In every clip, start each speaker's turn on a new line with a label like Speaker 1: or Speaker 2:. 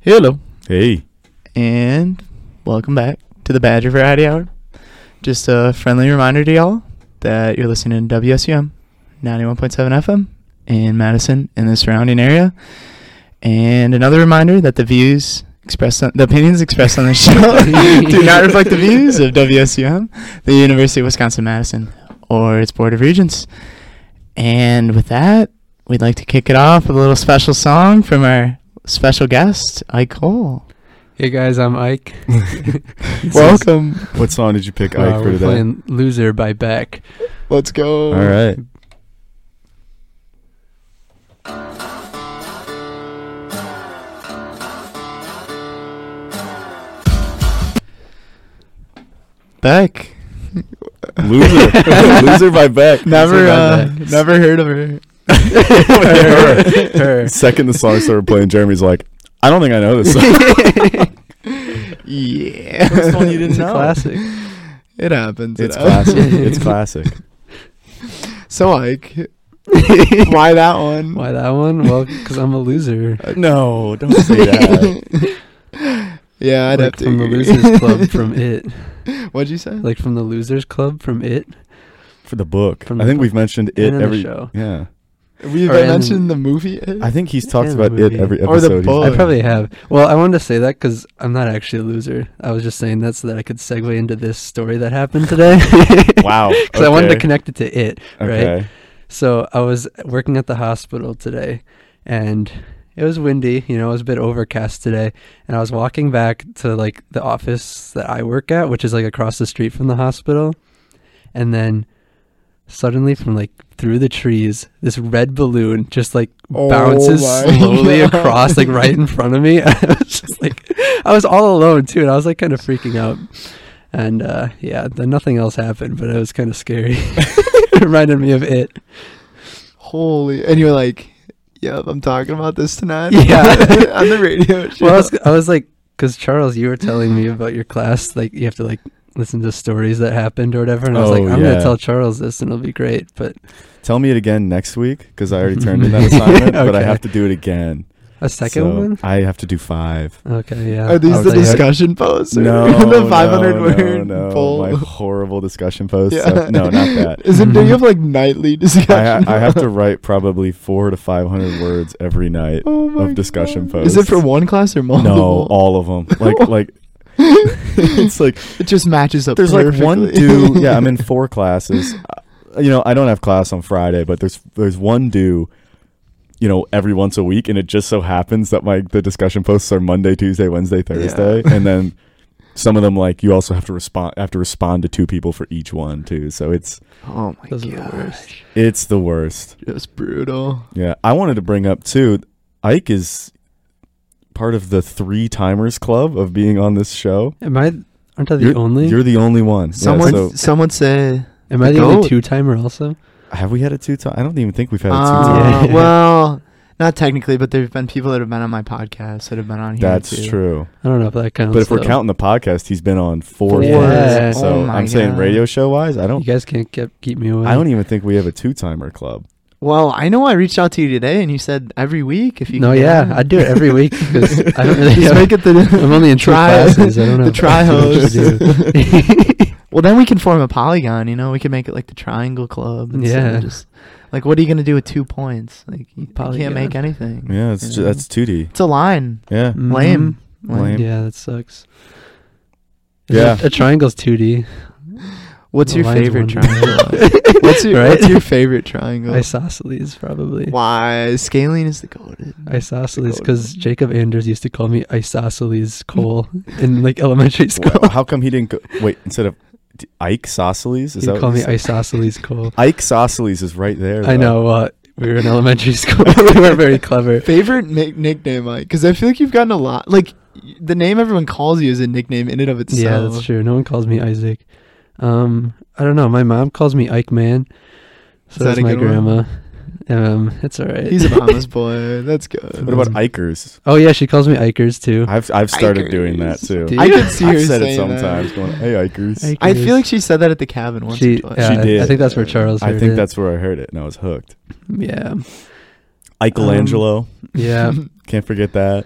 Speaker 1: Hello
Speaker 2: Hey,
Speaker 1: and welcome back to the Badger Variety Hour. Just a friendly reminder to y'all that you're listening to WSUM 91.7 FM in Madison and the surrounding area. And another reminder that the views expressed, on, the opinions expressed on this show do not reflect the views of WSUM, the University of Wisconsin Madison, or its Board of Regents. And with that, we'd like to kick it off with a little special song from our special guest, Ike Cole.
Speaker 3: Hey guys, I'm Ike.
Speaker 1: Welcome.
Speaker 2: what song did you pick,
Speaker 3: Uh,
Speaker 2: Ike, for
Speaker 3: we're
Speaker 2: today?
Speaker 3: playing "Loser" by Beck.
Speaker 1: Let's go.
Speaker 2: All right.
Speaker 1: Beck.
Speaker 2: Loser. Loser by Beck.
Speaker 1: Never, uh,
Speaker 3: Beck.
Speaker 1: never heard of her. uh,
Speaker 2: Her.
Speaker 3: Her.
Speaker 2: Second the song started playing, Jeremy's like, I don't think I know this song.
Speaker 1: Yeah.
Speaker 2: First one you didn't
Speaker 3: It's a
Speaker 2: know.
Speaker 3: classic.
Speaker 1: It happens.
Speaker 2: it's
Speaker 1: it happens.
Speaker 2: classic. It's classic.
Speaker 1: So like, why that one?
Speaker 3: Why that one? Well, because I'm a loser.
Speaker 2: No, don't say that.
Speaker 1: Yeah, I'd
Speaker 3: like
Speaker 1: have to.
Speaker 3: from the
Speaker 1: agree.
Speaker 3: Losers Club from It.
Speaker 1: What'd you say?
Speaker 3: Like from the Losers Club from It.
Speaker 2: For the book.
Speaker 3: From
Speaker 2: I
Speaker 3: the
Speaker 2: think
Speaker 3: book.
Speaker 2: we've mentioned
Speaker 3: and
Speaker 2: it
Speaker 3: in the
Speaker 2: every.
Speaker 3: show.
Speaker 2: Yeah.
Speaker 1: We've
Speaker 3: Or in-
Speaker 1: mentioned the movie. It?
Speaker 2: I think he's talked
Speaker 3: And the
Speaker 2: about it
Speaker 3: movie.
Speaker 2: every
Speaker 1: Or the
Speaker 2: episode.
Speaker 1: book.
Speaker 3: I
Speaker 1: Oh.
Speaker 3: probably have. Well, I wanted to say that because I'm not actually a loser. I was just saying that so that I could segue into this story that happened today.
Speaker 2: He's, wow.
Speaker 3: Because I wanted to
Speaker 2: okay,
Speaker 3: connect it to It. right?
Speaker 2: Okay.
Speaker 3: So I was working at the hospital today and it was windy, you know, it was a bit overcast today. And I was walking back to like the office that I work at, which is like across the street from the hospital. And then suddenly from like through the trees, this red balloon just like
Speaker 1: Oh
Speaker 3: bounces
Speaker 1: my
Speaker 3: slowly
Speaker 1: God.
Speaker 3: across like right in front of me. I was just like I was all alone too, and I was like kind of freaking out. And uh yeah, then nothing else happened, but it was kind of scary. it reminded me of it.
Speaker 1: Holy, and you're like, yep, I'm talking about this tonight.
Speaker 3: Yeah.
Speaker 1: on the radio. Show.
Speaker 3: Well, I was, I was like, because Charles, you were telling me about your class, like you have to like listen to stories that happened or whatever, and I was like,
Speaker 2: Oh,
Speaker 3: I'm
Speaker 2: yeah.
Speaker 3: gonna tell Charles this, and it'll be great. But
Speaker 2: Tell me it again next week because I already turned in that assignment, but I
Speaker 3: Okay.
Speaker 2: have to do it again.
Speaker 3: a second
Speaker 2: So
Speaker 3: one,
Speaker 2: I have to do five.
Speaker 3: okay, yeah.
Speaker 1: Are
Speaker 3: I
Speaker 1: these
Speaker 3: was
Speaker 1: the
Speaker 3: like, "Oh
Speaker 1: discussion posts? or
Speaker 2: No,
Speaker 1: the 500
Speaker 2: no,
Speaker 1: word
Speaker 2: no, no,
Speaker 1: poll.
Speaker 2: My horrible discussion post. stuff. No, not that.
Speaker 1: Is it? Do
Speaker 3: Mhm.
Speaker 1: you have like nightly discussion?
Speaker 2: I, I have to write probably four to five hundred words every night.
Speaker 1: oh my
Speaker 2: of discussion
Speaker 1: God. Is it for
Speaker 2: posts.
Speaker 1: one class or multiple?
Speaker 2: No, all of them. Like, like it's like
Speaker 1: It just matches up.
Speaker 2: there's like one
Speaker 1: perfectly.
Speaker 2: due. Yeah, I'm in four classes. Uh, You know, I don't have class on Friday, but there's there's one due. You know, every once a week, and it just so happens that my the discussion posts are Monday, Tuesday, Wednesday, Thursday, and then some of them like you also have to respond have to respond to two people for each one too. So it's
Speaker 1: Oh my
Speaker 3: Those are the
Speaker 1: god,
Speaker 3: worst.
Speaker 2: It's the worst.
Speaker 1: that's brutal.
Speaker 2: Yeah. I wanted to bring up too, Ike is part of the three timers club of being on this show.
Speaker 3: Am I? Aren't I the
Speaker 2: you're,
Speaker 3: only?
Speaker 2: You're the only one. Yeah,
Speaker 1: Someone,
Speaker 2: so-
Speaker 1: someone said.
Speaker 3: Am I the only
Speaker 1: goat.
Speaker 3: two timer also?
Speaker 2: have we had a two time? I don't even think we've had a two time.
Speaker 1: Uh,
Speaker 3: Yeah.
Speaker 1: Well, not technically, but there've been people that have been on my podcast that have been on here.
Speaker 2: That's
Speaker 1: too.
Speaker 2: true.
Speaker 3: I don't know if that counts.
Speaker 2: But if we're
Speaker 3: though.
Speaker 2: counting the podcast, he's been on four.
Speaker 3: Yeah.
Speaker 2: times.
Speaker 3: Oh
Speaker 2: So
Speaker 1: my
Speaker 2: I'm saying
Speaker 1: God.
Speaker 2: radio show wise, I
Speaker 3: you
Speaker 2: don't.
Speaker 3: guys can't keep keep me away.
Speaker 2: I don't even think we have a two timer club.
Speaker 1: Well, I know I reached out to you today, and you said every week if you.
Speaker 3: No,
Speaker 1: can get
Speaker 3: yeah,
Speaker 1: on.
Speaker 3: I do it every week 'cause I don't really
Speaker 1: Just
Speaker 3: know.
Speaker 1: make it the.
Speaker 3: I'm only in two
Speaker 1: Try-
Speaker 3: classes. I don't know.
Speaker 1: the try
Speaker 3: what
Speaker 1: host.
Speaker 3: to do.
Speaker 1: well, then we can form a polygon. You know, we can make it like the Triangle Club. instead of
Speaker 3: Yeah.
Speaker 1: Just like, what are you gonna do with two points? Like, you, you can't
Speaker 3: Polygon.
Speaker 1: make anything.
Speaker 2: Yeah, it's ju-
Speaker 1: Yeah.
Speaker 2: that's two D.
Speaker 1: It's a line.
Speaker 2: Yeah,
Speaker 1: Lame.
Speaker 3: Mm,
Speaker 2: Lame.
Speaker 1: Lame.
Speaker 3: Mm-hmm. Yeah, that sucks.
Speaker 2: Yeah.
Speaker 3: A triangle's 2D.
Speaker 1: What's
Speaker 3: The
Speaker 1: your
Speaker 3: line's
Speaker 1: favorite
Speaker 3: one
Speaker 1: triangle? what's your
Speaker 3: Right?
Speaker 1: What's your favorite triangle?
Speaker 3: Isosceles, probably.
Speaker 1: Why scaling is the golden.
Speaker 3: Isosceles,
Speaker 1: Dakota.
Speaker 3: because Jacob Anders used to call me Isosceles Cole in like elementary school.
Speaker 2: Wow, How come he didn't go, wait instead of d- Ike Sosceles? Is
Speaker 3: He'd
Speaker 2: that
Speaker 3: call
Speaker 2: what
Speaker 3: me
Speaker 2: you said?
Speaker 3: Isosceles Cole.
Speaker 2: Ike Sosceles is right there. though.
Speaker 3: I know. Uh, we were in elementary school. we weren't very clever.
Speaker 1: Favorite nick- nickname, Mike? Because I feel like you've gotten a lot. Like y- the name everyone calls you is a nickname in and of itself.
Speaker 3: Yeah, that's true. No one calls me Isaac. Um, I don't know. My mom calls me Ike Man.
Speaker 1: Is
Speaker 3: So that's
Speaker 1: that a
Speaker 3: my
Speaker 1: good one?
Speaker 3: grandma. Um, it's all right.
Speaker 1: He's a mama's boy. That's good.
Speaker 2: What about Ikers?
Speaker 3: oh yeah, she calls me Ikers too.
Speaker 2: I've I've started doing that
Speaker 1: Ikers.
Speaker 2: too.
Speaker 3: Do you?
Speaker 1: I could see her
Speaker 2: I've said it
Speaker 1: saying that.
Speaker 2: sometimes, going, "Hey, Ikers."
Speaker 3: Ike-
Speaker 1: I feel like she said that at the cabin once.
Speaker 3: She-
Speaker 1: or twice.
Speaker 3: yeah,
Speaker 2: She I- I did.
Speaker 3: think that's where Charles-
Speaker 2: I
Speaker 3: heard
Speaker 2: think
Speaker 3: it.
Speaker 2: that's where I heard it, and I was hooked.
Speaker 3: Yeah,
Speaker 2: Michelangelo,
Speaker 3: yeah.
Speaker 2: can't forget that.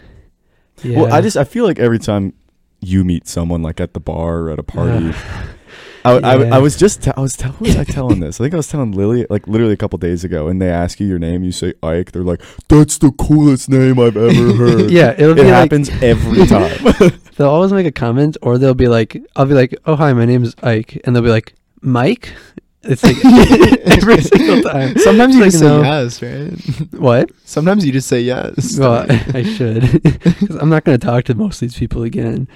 Speaker 3: Yeah.
Speaker 2: Well, I just I feel like every time you meet someone like at the bar or at a party, I, I,
Speaker 3: Yeah.
Speaker 2: I was just t- I was tell was I telling this? I think I was telling Lily like literally a couple days ago, and they ask you your name, you say Ike. They're like, "That's the coolest name I've ever heard."
Speaker 3: yeah, it'll
Speaker 2: it
Speaker 3: be like,
Speaker 2: happens every time.
Speaker 3: they'll always make a comment or they'll be like I'll be like, "Oh, hi, my name's Ike." And they'll be like, "Mike?" It's like every single time.
Speaker 1: Sometimes you
Speaker 3: Like
Speaker 1: just say
Speaker 3: no.
Speaker 1: yes, right?
Speaker 3: What?
Speaker 1: Sometimes you just say yes.
Speaker 3: Well, I should. 'Cause I'm not going to talk to most of these people again.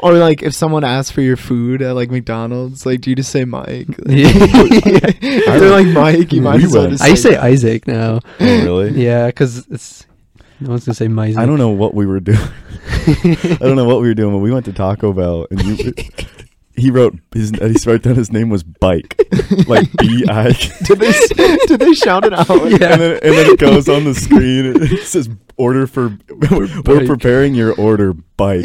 Speaker 1: or like if someone asks for your food at like McDonald's, like do you just say Mike?
Speaker 3: Yeah.
Speaker 1: If they're like Mike, you might
Speaker 2: We
Speaker 1: as well
Speaker 2: went-
Speaker 1: just
Speaker 3: I say
Speaker 1: that.
Speaker 3: Isaac now.
Speaker 2: oh, really?
Speaker 3: Yeah, because it's no one's gonna say Isaac.
Speaker 2: I don't know what we were doing. I don't know what we were doing when we went to Taco Bell, and you, he wrote his he wrote down his name was Bike, like B I. K.
Speaker 1: Did they s- did they shout it out?
Speaker 3: Yeah.
Speaker 2: and then and then it goes on the screen. and It says order for we're,
Speaker 3: Bike.
Speaker 2: preparing your order bike.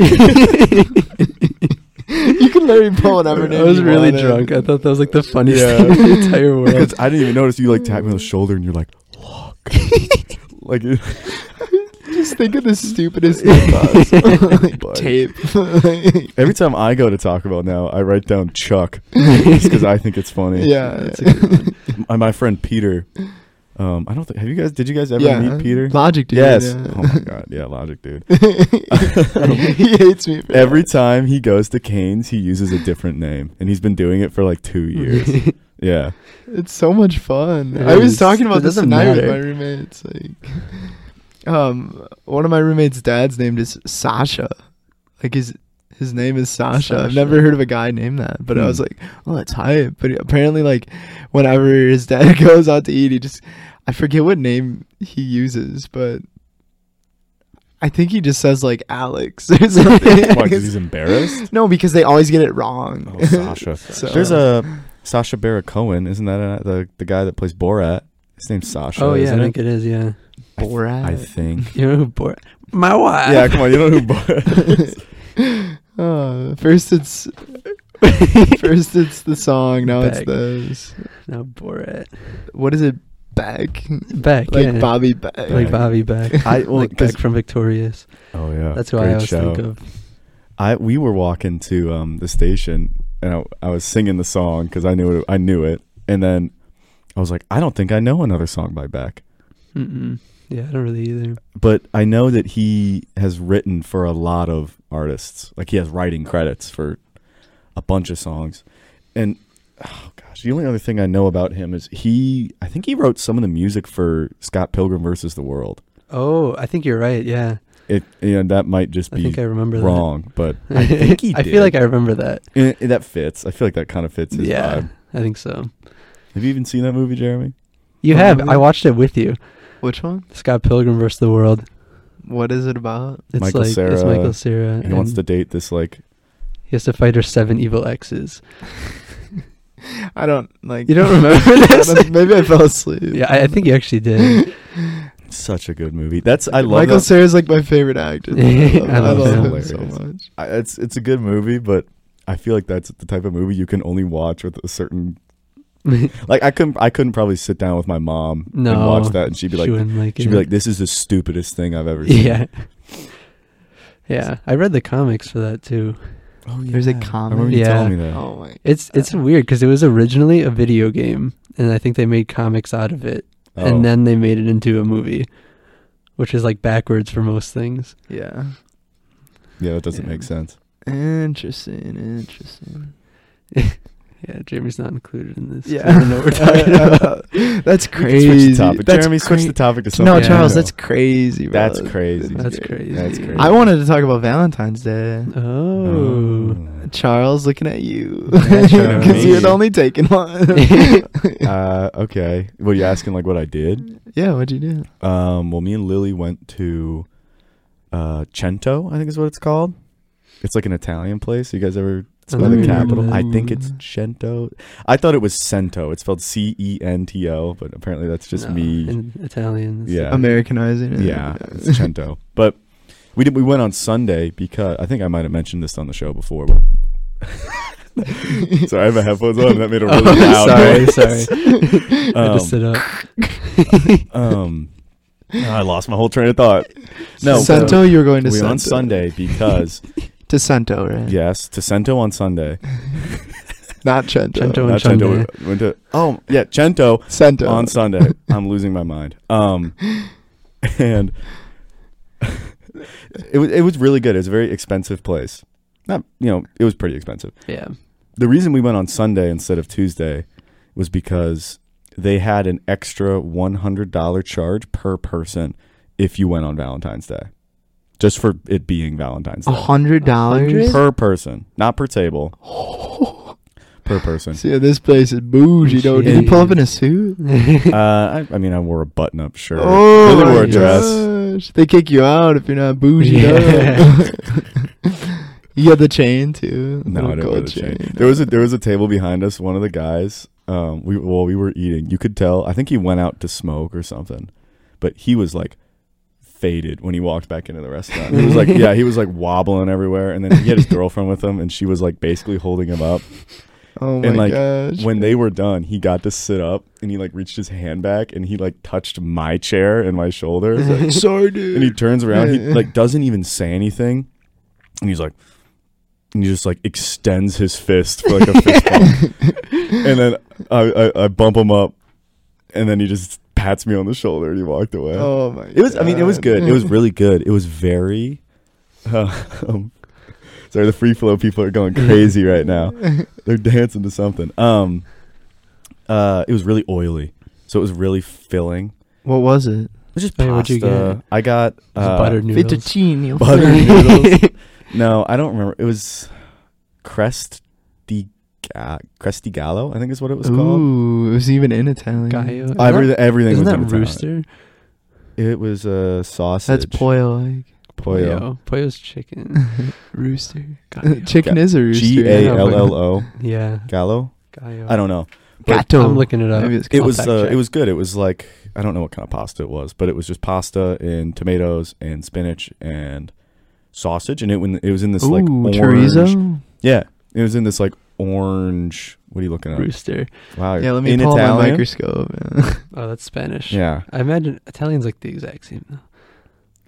Speaker 1: You can literally pull whatever name.
Speaker 3: I was
Speaker 1: you
Speaker 3: really
Speaker 1: wanted.
Speaker 3: drunk. I thought that was like the funniest
Speaker 2: Yeah.
Speaker 3: thing in the entire world.
Speaker 2: Because I didn't even notice you like tap me on the shoulder and you're like, look, like it-
Speaker 1: Just think of the stupidest name possible. Like, tape.
Speaker 2: every time I go to Taco Bell now, I write down Chuck just because I think it's funny.
Speaker 1: yeah.
Speaker 3: That's a good one.
Speaker 2: my, my friend Peter. Um, I don't think have you guys did you guys ever
Speaker 1: yeah.
Speaker 2: meet Peter?
Speaker 1: Logic dude.
Speaker 2: yes.
Speaker 1: yeah.
Speaker 2: Oh my god, yeah, logic dude.
Speaker 1: he hates me. For
Speaker 2: Every time he goes to Canes, he uses a different name, and he's been doing it for like two years. yeah.
Speaker 1: that. it's so much fun.
Speaker 3: It
Speaker 1: I was
Speaker 3: is.
Speaker 1: talking
Speaker 3: It
Speaker 1: about this
Speaker 3: doesn't
Speaker 1: tonight with
Speaker 3: matter.
Speaker 1: my roommates. Like, um, one of my roommates' dad's name is Sasha. Like his his name is Sasha. I've
Speaker 3: Sasha.
Speaker 1: never heard of a guy named that, but I
Speaker 2: Hmm.
Speaker 1: was like, oh, that's hype. But apparently, like, whenever his dad goes out to eat, he just I forget what name he uses, but. I think he just says like Alex or something.
Speaker 2: Why? Because he's embarrassed.
Speaker 1: no, because they always get it wrong.
Speaker 2: Oh, Sasha.
Speaker 1: So-
Speaker 2: There's a Sasha Baron Cohen, isn't that uh the the guy that plays Borat? His name's Sasha.
Speaker 3: oh yeah, I
Speaker 2: isn't
Speaker 3: think it is. Yeah,
Speaker 2: I th-
Speaker 1: Borat.
Speaker 2: I think.
Speaker 3: you know who Bor- My wife.
Speaker 2: yeah, come on, you know who Borat?
Speaker 1: Uh, first it's first it's the song. Now it's
Speaker 3: Beg.
Speaker 1: those.
Speaker 3: No Borat.
Speaker 1: What is it? Beck,
Speaker 3: Beck.
Speaker 1: like
Speaker 3: yeah.
Speaker 1: Bobby Beck.
Speaker 2: Beg.
Speaker 3: Like Bobby Beck.
Speaker 2: I- well,
Speaker 3: like Beck
Speaker 2: 'cause-
Speaker 3: from Victorious.
Speaker 2: Oh yeah,
Speaker 3: That's who I
Speaker 2: Great
Speaker 3: always
Speaker 2: show.
Speaker 3: think of.
Speaker 2: I we were walking to um the station, and I, I was singing the song because I knew it, I knew it, and then I was like, I don't think I know another song by Beck.
Speaker 3: Mm-mm. Yeah, I don't really either.
Speaker 2: but I know that he has written for a lot of artists. Like he has writing credits for a bunch of songs. And oh gosh, the only other thing I know about him is he I think he wrote some of the music for Scott Pilgrim versus the World.
Speaker 3: Oh, I think you're right. Yeah,
Speaker 2: It and that might just
Speaker 3: I think I
Speaker 2: be
Speaker 3: remember
Speaker 2: wrong, but
Speaker 3: that.
Speaker 2: I think he
Speaker 3: I
Speaker 2: did.
Speaker 3: feel like I remember that.
Speaker 2: and it- that fits. I feel like that kind of fits his
Speaker 3: yeah,
Speaker 2: vibe.
Speaker 3: I think so.
Speaker 2: Have you even seen that movie, Jeremy?
Speaker 3: You
Speaker 1: Oh,
Speaker 3: have.
Speaker 1: really?
Speaker 3: I watched it with you.
Speaker 1: Which one?
Speaker 3: Scott Pilgrim versus the World.
Speaker 1: What is it about?
Speaker 3: It's
Speaker 2: Michael
Speaker 3: like it's
Speaker 2: Cera,
Speaker 3: Michael Cera.
Speaker 2: He wants
Speaker 3: and
Speaker 2: to date this like
Speaker 3: He has to fight her seven evil exes.
Speaker 1: I don't like.
Speaker 3: You don't remember
Speaker 1: I
Speaker 3: this?
Speaker 1: don't- Maybe I fell asleep.
Speaker 3: Yeah, I, I think you actually did.
Speaker 2: such a good movie. That's I love
Speaker 1: Michael
Speaker 2: that.
Speaker 1: Cera's like my favorite actor. I love,
Speaker 3: I
Speaker 1: I
Speaker 3: love
Speaker 1: love
Speaker 2: him.
Speaker 1: him so
Speaker 2: Hilarious.
Speaker 1: much.
Speaker 2: I, it's it's a good movie, but I feel like that's the type of movie you can only watch with a certain like I couldn't I couldn't probably sit down with my mom and
Speaker 3: No,
Speaker 2: watch that and she'd be
Speaker 3: she
Speaker 2: like
Speaker 3: wouldn't like
Speaker 2: she'd
Speaker 3: it.
Speaker 2: be like this is the stupidest thing I've ever seen.
Speaker 3: yeah, yeah. I read the comics for that too.
Speaker 2: Oh,
Speaker 1: There's a
Speaker 2: yeah. I remember
Speaker 1: comment.
Speaker 2: you
Speaker 3: Yeah.
Speaker 2: telling me that.
Speaker 1: Oh my.
Speaker 3: It's
Speaker 2: Uh,
Speaker 3: it's weird because it was originally a video game, and I think they made comics out of it,
Speaker 2: Oh.
Speaker 3: and then they made it into a movie, which is like backwards for most things.
Speaker 1: Yeah.
Speaker 2: yeah, that doesn't
Speaker 3: Yeah.
Speaker 2: make sense.
Speaker 1: Interesting. Interesting.
Speaker 3: Yeah, Jamie's not included in this.
Speaker 1: Yeah.
Speaker 3: I don't know what we're talking about.
Speaker 1: That's
Speaker 2: We can switch
Speaker 1: crazy.
Speaker 2: the topic.
Speaker 1: That's
Speaker 2: Jeremy, switch
Speaker 1: cra-
Speaker 2: the topic to something.
Speaker 1: No,
Speaker 2: you
Speaker 1: Charles,
Speaker 2: know.
Speaker 1: that's crazy. Bro.
Speaker 2: That's crazy.
Speaker 3: That's crazy.
Speaker 2: That's crazy.
Speaker 1: I wanted to talk about Valentine's Day.
Speaker 3: Oh.
Speaker 1: Charles, looking at you
Speaker 3: Yeah, Charles.
Speaker 1: because you had only taken one.
Speaker 2: uh, okay. What are you asking? Like what I did?
Speaker 1: yeah, what'd you do?
Speaker 2: Um, well, me and Lily went to uh, Cento. I think is what it's called. It's like an Italian place. You guys ever
Speaker 3: I
Speaker 2: by
Speaker 3: never
Speaker 2: the
Speaker 3: even
Speaker 2: capital. I
Speaker 3: met-
Speaker 2: think it's
Speaker 1: Mm.
Speaker 2: Cento. I thought it was Cento. It's spelled C E N T O, but apparently that's just
Speaker 3: No,
Speaker 2: me.
Speaker 3: in Italian. it's-
Speaker 2: yeah,
Speaker 1: Americanizing it.
Speaker 2: yeah, it's Cento. But we did. We went on Sunday because I think I might have mentioned this on the show before. But sorry, I have my headphones on. and That made a really
Speaker 3: Oh,
Speaker 2: loud
Speaker 3: sorry,
Speaker 2: noise.
Speaker 3: sorry. I had to sit up.
Speaker 2: Um, I lost my whole train of thought. No,
Speaker 1: No, Santo, you were going to
Speaker 2: we
Speaker 1: Santo.
Speaker 2: on Sunday because
Speaker 1: To Santo, right?
Speaker 2: yes, to Cento on Sunday.
Speaker 1: Not Cento.
Speaker 3: Cento. On
Speaker 2: Not Cento,
Speaker 3: Sunday.
Speaker 2: we went to- oh yeah, Cento
Speaker 1: Santo.
Speaker 2: on Sunday. I'm losing my mind. Um, and it was it was really good. It was a very expensive place. Not you know it was pretty expensive.
Speaker 3: Yeah.
Speaker 2: the reason we went on Sunday instead of Tuesday was because they had an extra $100 charge per person if you went on Valentine's Day. Just for it being Valentine's
Speaker 1: A
Speaker 2: Day.
Speaker 1: hundred dollars.
Speaker 2: Per person, not per table, per person.
Speaker 1: See, this place is bougie. Don't did you pull up in a suit?
Speaker 2: Uh, I, I mean, I wore a button-up shirt.
Speaker 1: Oh,
Speaker 2: really wore a
Speaker 1: my
Speaker 2: dress.
Speaker 1: gosh. They kick you out if you're not bougie.
Speaker 3: Yeah.
Speaker 1: though. you got the chain too.
Speaker 2: No,
Speaker 1: Little
Speaker 2: I didn't wear
Speaker 1: gold
Speaker 2: the chain. There was a there was a table behind us. One of the guys, um, we while we were eating, you could tell. I think he went out to smoke or something, but he was like faded when he walked back into the restaurant. He was like, yeah, he was like wobbling everywhere, and then he had his girlfriend with him, and she was like basically holding him up.
Speaker 1: Oh my
Speaker 2: And, like,
Speaker 1: gosh.
Speaker 2: When they were done, he got to sit up, and he like reached his hand back, and he like touched my chair and my shoulder. He's like,
Speaker 1: Sorry, dude.
Speaker 2: and he turns around he like doesn't even say anything and he's like and he just like extends his fist for like a fist bump and then I, I i bump him up and then he just pats me on the shoulder and he walked away
Speaker 1: oh my.
Speaker 2: it was i mean it was good it was really good it was very um, sorry the free flow people are going crazy right now they're dancing to something um uh it was really oily so it was really filling
Speaker 1: What was it?
Speaker 2: it was just
Speaker 3: Hey, what'd you
Speaker 2: pasta.
Speaker 3: get?
Speaker 2: I got uh,
Speaker 3: buttered noodles.
Speaker 1: Fettuccine.
Speaker 2: Butter noodles. No, I don't remember. It was Crest di Ga- Crestigallo, I think is what it was called.
Speaker 1: Ooh, it was even in Italian.
Speaker 3: Gallo.
Speaker 2: Everything, everything
Speaker 3: Isn't
Speaker 2: was
Speaker 3: that
Speaker 2: in Italian.
Speaker 3: rooster?
Speaker 2: It was a uh, sausage.
Speaker 1: That's pollo,
Speaker 2: Pollo.
Speaker 3: Pollo's chicken.
Speaker 1: like rooster.
Speaker 3: Gallo.
Speaker 1: Chicken is a rooster.
Speaker 2: G A L L O.
Speaker 3: yeah.
Speaker 2: Gallo.
Speaker 3: Gallo.
Speaker 2: I don't know.
Speaker 1: Gatto.
Speaker 3: I'm looking it up.
Speaker 1: Maybe it's
Speaker 2: It
Speaker 1: called
Speaker 2: was
Speaker 1: that.
Speaker 2: uh, it was good. It was like I don't know what kind of pasta it was, but it was just pasta and tomatoes and spinach and sausage, and it when it was in this
Speaker 1: Ooh,
Speaker 2: like orange.
Speaker 1: chorizo.
Speaker 2: Yeah, it was in this like orange. What are you looking at?
Speaker 3: Rooster.
Speaker 2: Wow.
Speaker 1: Yeah, let me
Speaker 2: in
Speaker 1: pull out my
Speaker 2: Italian?
Speaker 1: microscope. yeah.
Speaker 3: Oh, that's Spanish.
Speaker 2: Yeah.
Speaker 3: I imagine Italian's like the exact same though.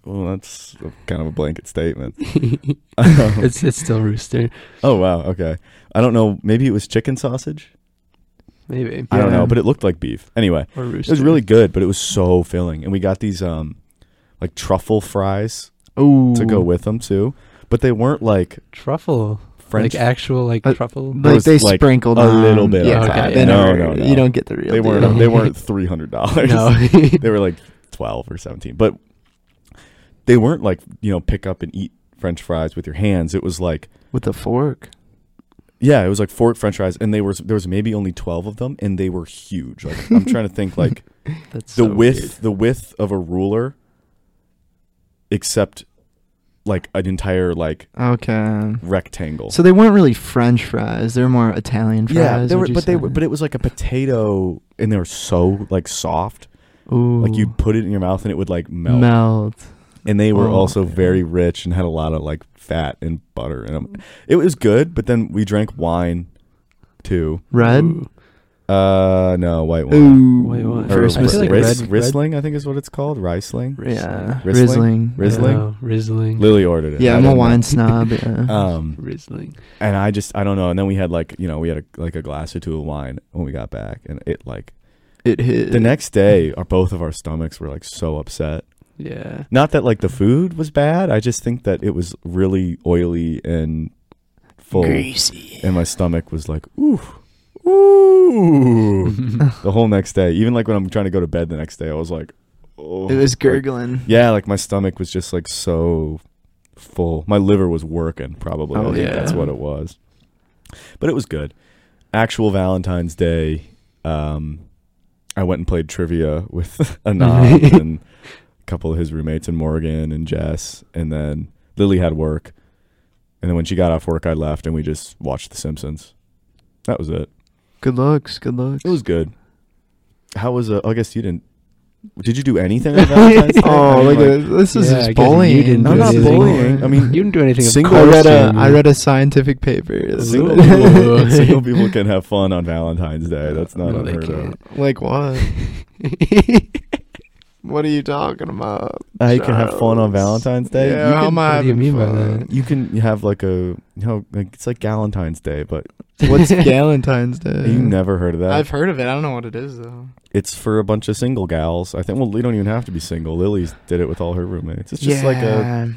Speaker 2: Well, that's a, kind of a blanket statement.
Speaker 3: it's it's still rooster.
Speaker 2: oh wow. Okay. I don't know. Maybe it was chicken sausage.
Speaker 3: Maybe.
Speaker 2: I don't
Speaker 1: Yeah.
Speaker 2: know, but it looked like beef. Anyway,
Speaker 3: Or
Speaker 2: it
Speaker 3: rooster.
Speaker 2: was really good, but it was so filling, and we got these um, like truffle fries
Speaker 1: Ooh.
Speaker 2: to go with them too. But they weren't like
Speaker 3: truffle.
Speaker 2: French.
Speaker 3: Like actual like
Speaker 1: Uh,
Speaker 3: truffle.
Speaker 2: There
Speaker 1: Like
Speaker 2: was,
Speaker 1: they
Speaker 2: like,
Speaker 1: sprinkled
Speaker 2: a
Speaker 1: on-
Speaker 2: little bit
Speaker 1: Yeah,
Speaker 3: on top.
Speaker 1: They
Speaker 3: No,
Speaker 1: never-
Speaker 2: no, no.
Speaker 1: You don't get the real.
Speaker 2: they
Speaker 1: deal.
Speaker 2: weren't. They weren't three hundred dollars.
Speaker 3: no.
Speaker 2: they were like twelve or seventeen, but they weren't like you know pick up and eat French fries with your hands. It was like
Speaker 1: with a fork.
Speaker 2: Yeah, it was like fork French fries, and they were there was maybe only twelve of them, and they were huge. Like I'm trying to think, like
Speaker 3: That's
Speaker 2: the
Speaker 3: so
Speaker 2: width
Speaker 3: weird.
Speaker 2: the width of a ruler, except like an entire like
Speaker 1: Okay.
Speaker 2: rectangle.
Speaker 1: So they weren't really French fries. They're more Italian fries.
Speaker 2: yeah, they
Speaker 1: would
Speaker 2: were,
Speaker 1: you
Speaker 2: but
Speaker 1: say?
Speaker 2: they were, but it was like a potato, and they were so like soft.
Speaker 1: Ooh,
Speaker 2: Like you put it in your mouth, and it would like melt.
Speaker 1: melt.
Speaker 2: And they were
Speaker 1: Oh,
Speaker 2: also
Speaker 1: yeah.
Speaker 2: very rich and had a lot of like fat and butter in them. It was good, but then we drank wine too.
Speaker 1: Red.
Speaker 3: Ooh.
Speaker 2: Uh, no, white wine.
Speaker 1: Ooh,
Speaker 3: Wait, what?
Speaker 2: Or
Speaker 1: Christmas.
Speaker 2: Ris-
Speaker 3: I feel like
Speaker 2: Ris-
Speaker 3: red-
Speaker 2: Riesling, I think is what it's called. Riesling.
Speaker 1: yeah,
Speaker 2: Riesling?
Speaker 1: Riesling.
Speaker 2: Riesling?
Speaker 3: No, Riesling.
Speaker 2: Lily ordered it.
Speaker 1: Yeah,
Speaker 2: I
Speaker 1: I'm a
Speaker 2: didn't know.
Speaker 1: wine snob. Yeah.
Speaker 2: Um,
Speaker 3: Riesling.
Speaker 2: and I just I don't know. And then we had like you know we had a, like a glass or two of wine when we got back, and it like
Speaker 1: it hit.
Speaker 2: the next day, our both of our stomachs were like so upset.
Speaker 3: Yeah.
Speaker 2: Not that like the food was bad. I just think that it was really oily and full,
Speaker 1: greasy.
Speaker 2: and my stomach was like ooh. Ooh, the whole next day. Even like when I'm trying to go to bed the next day, I was like, oh,
Speaker 1: It was
Speaker 2: like,
Speaker 1: gurgling.
Speaker 2: Yeah, like my stomach was just like so full. My liver was working, probably. I
Speaker 1: Oh,
Speaker 2: think
Speaker 3: yeah.
Speaker 2: that's what it was. But it was good. Actual Valentine's Day, um, I went and played trivia with Anand and a couple of his roommates and Morgan and Jess. And then Lily had work. And then when she got off work, I left and we just watched The Simpsons. That was it.
Speaker 1: Good looks. Good looks.
Speaker 2: It was good. How was uh, I guess you didn't. Did you do anything on Valentine's Day? I
Speaker 1: Oh,
Speaker 2: mean,
Speaker 1: look
Speaker 2: like-
Speaker 1: at this! This
Speaker 3: Yeah, I
Speaker 1: is
Speaker 3: guess you
Speaker 1: bullying.
Speaker 3: didn't
Speaker 2: I'm
Speaker 3: do
Speaker 2: not
Speaker 3: anything.
Speaker 2: bullying. I mean,
Speaker 3: you didn't do anything. of
Speaker 2: Single-
Speaker 1: I
Speaker 3: course,
Speaker 1: read a
Speaker 3: Jamie.
Speaker 1: I read a scientific paper.
Speaker 2: Single
Speaker 3: Ooh.
Speaker 2: people, single people can have fun on Valentine's Day. That's not
Speaker 3: No, they
Speaker 2: unheard of.
Speaker 3: can't.
Speaker 1: like what?
Speaker 4: What are you talking about?
Speaker 2: I can have fun on
Speaker 4: Charles.
Speaker 2: Valentine's Day.
Speaker 4: Yeah,
Speaker 2: you
Speaker 4: how
Speaker 2: can,
Speaker 4: am I
Speaker 3: What do you
Speaker 4: having
Speaker 3: mean by
Speaker 4: fun?
Speaker 3: that?
Speaker 2: you can have like a you know like it's like Galentine's Day, but
Speaker 1: What's Valentine's Day?
Speaker 2: you never heard of that.
Speaker 4: I've heard of it. I don't know what it is though.
Speaker 2: it's for a bunch of single gals. I think well, they don't even have to be single. Lily's did it with all her roommates. It's just like a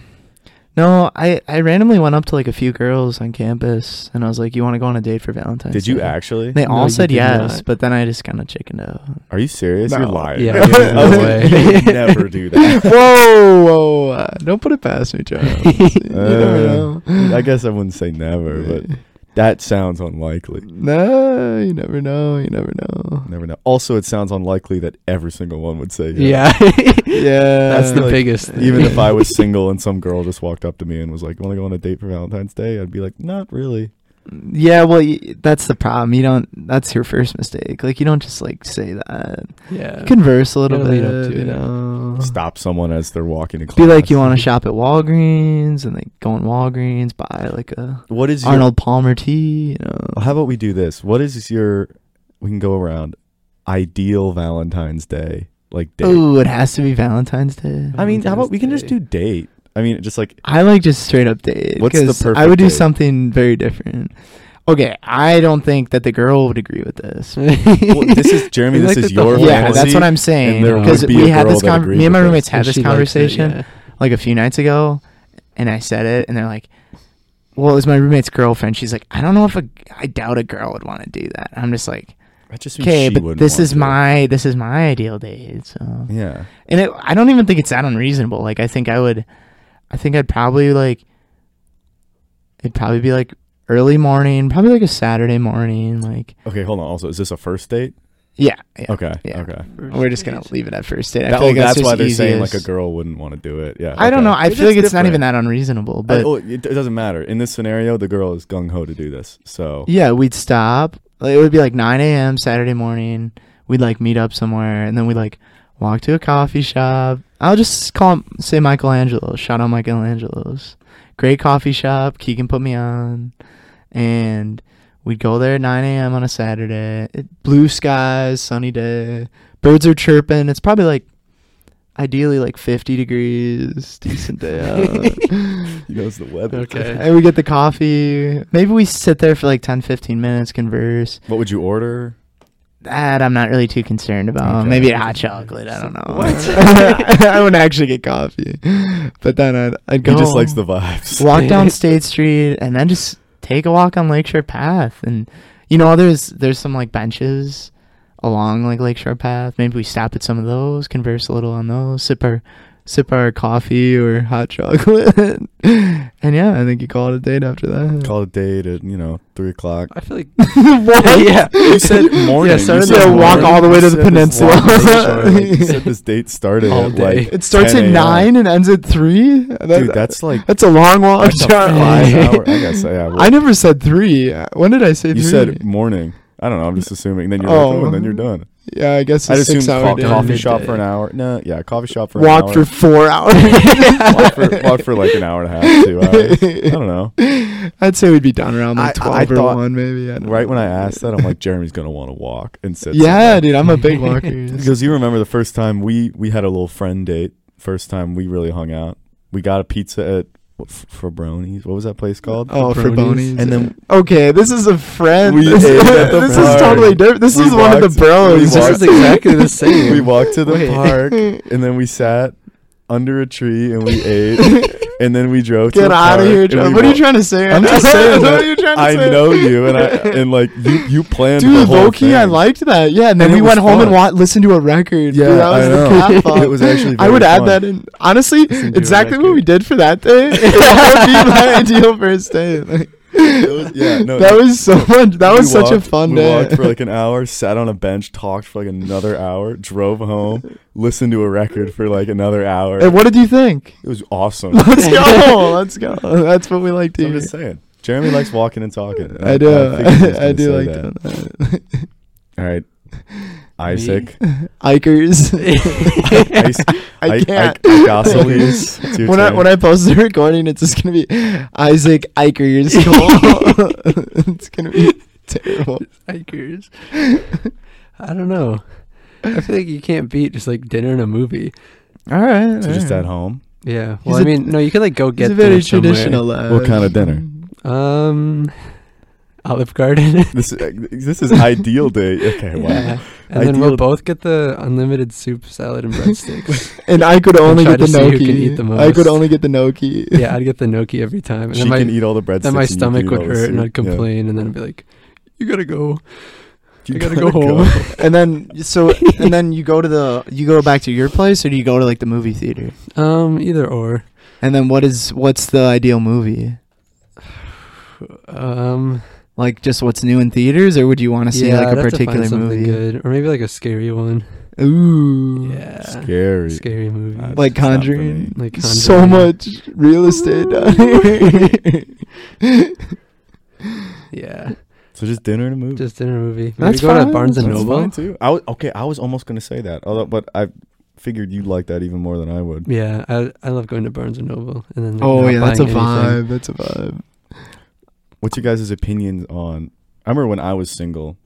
Speaker 1: No, I, I randomly went up to like a few girls on campus and I was like, "You want to go on a date for Valentine's?"
Speaker 2: Did you
Speaker 1: Day?"
Speaker 2: actually?
Speaker 1: And They
Speaker 3: No,
Speaker 1: all
Speaker 3: you
Speaker 1: said
Speaker 3: did
Speaker 1: yes,
Speaker 3: not.
Speaker 1: but then I just kind of chickened out.
Speaker 2: Are you serious?
Speaker 4: No.
Speaker 2: You're lying.
Speaker 3: Yeah, there's no
Speaker 2: I
Speaker 4: Oh,
Speaker 2: would
Speaker 3: way.
Speaker 2: never do that.
Speaker 1: whoa, whoa! Uh, don't put it past me, Charles. you
Speaker 2: Uh,
Speaker 1: never know.
Speaker 2: I guess I wouldn't say never, but that sounds unlikely.
Speaker 1: no, you never know. You never know.
Speaker 2: Never know. Also, it sounds unlikely that every single one would say yes.
Speaker 3: yeah.
Speaker 1: Yeah,
Speaker 3: That's the
Speaker 2: like,
Speaker 3: biggest thing.
Speaker 2: Even if I was single and some girl just walked up to me and was like, "Want to go on a date for Valentine's Day?" I'd be like, "Not really."
Speaker 1: yeah. Well, y that's the problem. You don't. That's your first mistake. Like you don't just like say that.
Speaker 3: Yeah.
Speaker 1: Converse a little
Speaker 3: Gotta
Speaker 1: bit.
Speaker 3: lead up to
Speaker 1: you
Speaker 3: it.
Speaker 1: know.
Speaker 2: Stop someone as they're walking to class.
Speaker 1: Be like you want to shop at Walgreens and like go in Walgreens buy like a
Speaker 2: What is your
Speaker 1: Arnold Palmer tea. You know.
Speaker 2: How about we do this? What is your? We can go around. Ideal Valentine's Day, like date.
Speaker 1: Ooh, it has to be Valentine's Day.
Speaker 2: I mean, how about we can just do
Speaker 3: Valentine's
Speaker 2: date? I mean, just like
Speaker 1: I like just straight up date.
Speaker 2: What's the
Speaker 1: 'cause I
Speaker 2: perfect
Speaker 1: would do
Speaker 2: date?
Speaker 1: something very different. Okay, I don't think that the girl would agree with this.
Speaker 2: well, this is Jeremy.
Speaker 3: We
Speaker 2: this
Speaker 3: liked
Speaker 2: is
Speaker 3: it the
Speaker 2: your
Speaker 3: whole-
Speaker 2: fantasy.
Speaker 1: yeah, that's what I'm saying.
Speaker 2: and there
Speaker 1: Because
Speaker 2: would be
Speaker 1: we
Speaker 2: a
Speaker 1: had
Speaker 2: girl
Speaker 1: this
Speaker 2: that
Speaker 1: con-
Speaker 2: agreed
Speaker 1: me and my
Speaker 2: with us.
Speaker 1: roommates had this
Speaker 3: She likes it,
Speaker 1: conversation
Speaker 3: yeah.
Speaker 1: like a few nights ago, and I said it, and they're like, "Well, it was my roommate's girlfriend." She's like, "I don't know if a, I doubt a girl would want to do that." I'm just like,
Speaker 2: That just means
Speaker 1: "Okay,
Speaker 2: she
Speaker 1: but
Speaker 2: wouldn't
Speaker 1: this
Speaker 2: want
Speaker 1: is
Speaker 2: to.
Speaker 1: my this is my ideal date." So
Speaker 2: Yeah.
Speaker 1: and it, I don't even think it's that unreasonable. Like I think I would, I think I'd probably like, it'd probably be like early morning, probably like a Saturday morning. Like
Speaker 2: Okay, hold on. Also, is this a first date?
Speaker 1: yeah, yeah.
Speaker 2: Okay.
Speaker 1: Yeah.
Speaker 2: Okay.
Speaker 1: We're just gonna leave it at first date. I
Speaker 2: That- oh,
Speaker 1: feel like
Speaker 2: that's, why
Speaker 1: just
Speaker 2: they're saying like
Speaker 1: easiest.
Speaker 2: a girl wouldn't want to do it. Yeah.
Speaker 1: I don't
Speaker 2: okay.
Speaker 1: know. I
Speaker 2: It's
Speaker 1: feel like it's not
Speaker 2: different.
Speaker 1: even that unreasonable,
Speaker 2: I-
Speaker 1: but
Speaker 2: oh, it, it doesn't matter. In this scenario, the girl is gung ho to do this. So
Speaker 1: yeah, we'd stop. Like, It would be like 9 a.m. Saturday morning. We'd like meet up somewhere, and then we'd like walk to a coffee shop. I'll just call him, say Michelangelo's. Shout out Michelangelo's. Great coffee shop. Keegan put me on, and we'd go there at 9 a.m. on a Saturday. It, blue skies, sunny day. Birds are chirping. It's probably like ideally like 50 degrees. Decent day out.
Speaker 2: he knows the weather.
Speaker 3: Okay.
Speaker 1: And we get the coffee. Maybe we sit there for like 10, 15 minutes, converse.
Speaker 2: What would you order?
Speaker 1: That I'm not really too concerned about.
Speaker 2: Okay.
Speaker 1: Maybe a hot chocolate. I don't know.
Speaker 3: What?
Speaker 1: I wouldn't actually get coffee. But then I'd, I'd go.
Speaker 2: He just likes the vibes.
Speaker 1: walk down State Street and then just take a walk on Lakeshore Path. And, you know, there's there's some like benches along like Lakeshore Path. Maybe we stop at some of those, converse a little on those, sip our. Sip our coffee or hot chocolate, and yeah, I think you call it a date after that.
Speaker 2: Call a date at you know three o'clock.
Speaker 3: I feel like
Speaker 1: what?
Speaker 3: Yeah.
Speaker 2: You said morning.
Speaker 3: Yeah, started
Speaker 2: you said
Speaker 3: to walk
Speaker 2: morning.
Speaker 1: all the way
Speaker 2: You
Speaker 1: to the
Speaker 2: said this
Speaker 1: peninsula.
Speaker 2: long date, like, you said this date started
Speaker 3: All
Speaker 2: at
Speaker 3: day.
Speaker 2: like
Speaker 1: It starts
Speaker 2: 10
Speaker 1: at
Speaker 2: a.m.
Speaker 1: nine and ends at three. That-
Speaker 2: Dude, that's like
Speaker 1: that's a long walk.
Speaker 2: that's a
Speaker 1: John.
Speaker 2: five hour. I guess yeah. well,
Speaker 1: I never said three. When did I say
Speaker 2: You
Speaker 1: three?
Speaker 2: said morning. I don't know. I'm just assuming. And then you're like, oh, and then you're done.
Speaker 1: yeah. I guess
Speaker 2: I'd
Speaker 1: it's
Speaker 2: assume
Speaker 1: six hour
Speaker 2: co-
Speaker 1: day.
Speaker 2: coffee
Speaker 3: Midday.
Speaker 2: shop for an hour. No, yeah, coffee shop for
Speaker 1: walk for
Speaker 2: an hour.
Speaker 1: four hours.
Speaker 2: walk, for, walk for like an hour and a half, two hours. I don't know.
Speaker 1: I'd say we'd be done around like
Speaker 2: I- I
Speaker 1: twelve or
Speaker 2: thought-
Speaker 1: one, maybe. I don't
Speaker 2: Right
Speaker 1: know.
Speaker 2: when I asked that, I'm like, Jeremy's gonna want to walk and sit.
Speaker 1: yeah, dude, I'm a big walker.
Speaker 2: Because you remember the first time we we had a little friend date. First time we really hung out. We got a pizza at what, F- Fabroni's. What was that place called?
Speaker 1: Oh, for
Speaker 3: Bronies.
Speaker 1: bonies.
Speaker 2: and then
Speaker 1: okay, this is a friend.
Speaker 2: We
Speaker 1: this
Speaker 2: ate at the
Speaker 1: this
Speaker 2: bar.
Speaker 1: is totally different. This
Speaker 2: We
Speaker 1: is one of
Speaker 2: walked-
Speaker 1: the bros.
Speaker 2: we
Speaker 3: this is
Speaker 2: walked-
Speaker 3: exactly the same.
Speaker 2: we walked to the
Speaker 3: Wait.
Speaker 2: park, and then we sat under a tree and we ate, and then we drove. to
Speaker 1: Get
Speaker 2: the
Speaker 1: out of
Speaker 2: park,
Speaker 1: here,
Speaker 2: and
Speaker 1: John.
Speaker 2: we
Speaker 1: What are you
Speaker 2: walked-
Speaker 1: trying to say? right
Speaker 2: I'm
Speaker 1: now?
Speaker 2: just saying
Speaker 1: what
Speaker 2: that
Speaker 1: are you trying to
Speaker 2: I
Speaker 1: say?
Speaker 2: know you, and I and like you you planned the
Speaker 1: Dude,
Speaker 2: whole
Speaker 1: low key, I
Speaker 2: thing.
Speaker 1: liked that. Yeah, and then
Speaker 2: And
Speaker 1: we
Speaker 2: it
Speaker 1: went
Speaker 2: was
Speaker 1: home and
Speaker 2: fun.
Speaker 1: wa- listened to a record.
Speaker 2: Yeah,
Speaker 1: Dude, that was
Speaker 2: I
Speaker 1: the
Speaker 2: know.
Speaker 1: cap up.
Speaker 2: It was actually
Speaker 1: I would
Speaker 2: very
Speaker 1: add
Speaker 2: fun.
Speaker 1: that in. Honestly,
Speaker 3: Listen to a
Speaker 1: exactly what we
Speaker 3: record.
Speaker 1: did for that day. that would be my ideal first day. Like,
Speaker 2: It was- yeah, no,
Speaker 1: that
Speaker 2: it-
Speaker 1: was so much. That
Speaker 2: we
Speaker 1: was such a
Speaker 2: walked-
Speaker 1: fun
Speaker 2: we
Speaker 1: day.
Speaker 2: walked for like an hour, sat on a bench, talked for like another hour, drove home, listened to a record for like another hour.
Speaker 1: and
Speaker 2: It
Speaker 1: what did you think?
Speaker 2: was awesome. So
Speaker 1: Let's go. Let's go. That's what we like to
Speaker 2: I'm
Speaker 1: hear.
Speaker 2: just saying. Jeremy likes walking and talking. and
Speaker 1: I do.
Speaker 2: figured he was
Speaker 1: I,
Speaker 2: gonna
Speaker 1: do
Speaker 2: say
Speaker 1: like
Speaker 2: that.
Speaker 1: doing that.
Speaker 2: All right. Isaac.
Speaker 1: Ikers.
Speaker 2: Ice,
Speaker 1: I
Speaker 2: I-
Speaker 1: can't.
Speaker 2: I- Isosceles. It's your
Speaker 1: when I
Speaker 2: turn.
Speaker 1: when I post the recording, it's just gonna be Isaac Ikers. Cole. it's gonna be terrible.
Speaker 3: Hikers. I don't know. I feel like you can't beat just like dinner and a movie.
Speaker 1: All right.
Speaker 2: So just at home.
Speaker 3: Yeah.
Speaker 1: He's
Speaker 3: Well,
Speaker 1: a-
Speaker 3: I mean, no, you could like go
Speaker 1: It's
Speaker 3: get
Speaker 1: a very
Speaker 3: dinner somewhere.
Speaker 1: traditional. Lad.
Speaker 2: What kind of dinner?
Speaker 3: Um, Olive Garden.
Speaker 2: This this is ideal day. Okay, wow.
Speaker 3: Yeah. And then we'll
Speaker 2: Ideal-
Speaker 3: both get the unlimited soup, salad, and breadsticks.
Speaker 1: And I could only
Speaker 3: try
Speaker 1: get the
Speaker 3: to see who
Speaker 1: gnocchi.
Speaker 3: can eat the
Speaker 1: I could
Speaker 3: most.
Speaker 1: only get the gnocchi.
Speaker 3: yeah, I'd get the gnocchi every time. And
Speaker 2: She
Speaker 3: then my,
Speaker 2: can eat all the breadsticks.
Speaker 3: then my
Speaker 2: and you can
Speaker 3: stomach
Speaker 2: eat
Speaker 3: would
Speaker 2: all the
Speaker 3: hurt and
Speaker 2: soup.
Speaker 3: I'd complain and then I'd be like, you gotta go.
Speaker 2: Yeah.
Speaker 3: I gotta go home.
Speaker 1: and then so and then you go to the you go back to your place or do you go to like the movie theater?
Speaker 3: Um, either or.
Speaker 1: And then what is what's the ideal movie?
Speaker 3: Um,
Speaker 1: Like just what's new in theaters or would you want to see
Speaker 3: yeah,
Speaker 1: like
Speaker 3: I'd
Speaker 1: a
Speaker 3: have to find
Speaker 1: particular
Speaker 3: something
Speaker 1: movie?
Speaker 3: good. Or maybe like a scary one.
Speaker 1: Ooh.
Speaker 3: Yeah.
Speaker 2: Scary.
Speaker 3: Scary movie.
Speaker 2: Uh,
Speaker 1: Like
Speaker 2: It's not for me.
Speaker 1: Conjuring.
Speaker 3: like
Speaker 1: So
Speaker 3: Conjuring.
Speaker 1: much real estate down here.
Speaker 3: Yeah.
Speaker 2: So just dinner and a movie.
Speaker 3: Just dinner movie. Maybe
Speaker 1: That's
Speaker 3: go
Speaker 1: fine.
Speaker 3: to Barnes and
Speaker 2: That's
Speaker 3: Noble.
Speaker 2: fine, too. I was, okay, I was almost gonna say that, although, but I figured you'd like that even more than I would.
Speaker 3: Yeah, I I love going to Barnes and Noble and then like,
Speaker 1: oh
Speaker 3: not
Speaker 1: yeah, that's a
Speaker 3: buying anything.
Speaker 1: vibe. That's a vibe.
Speaker 2: What's your guys' opinions on? I remember when I was single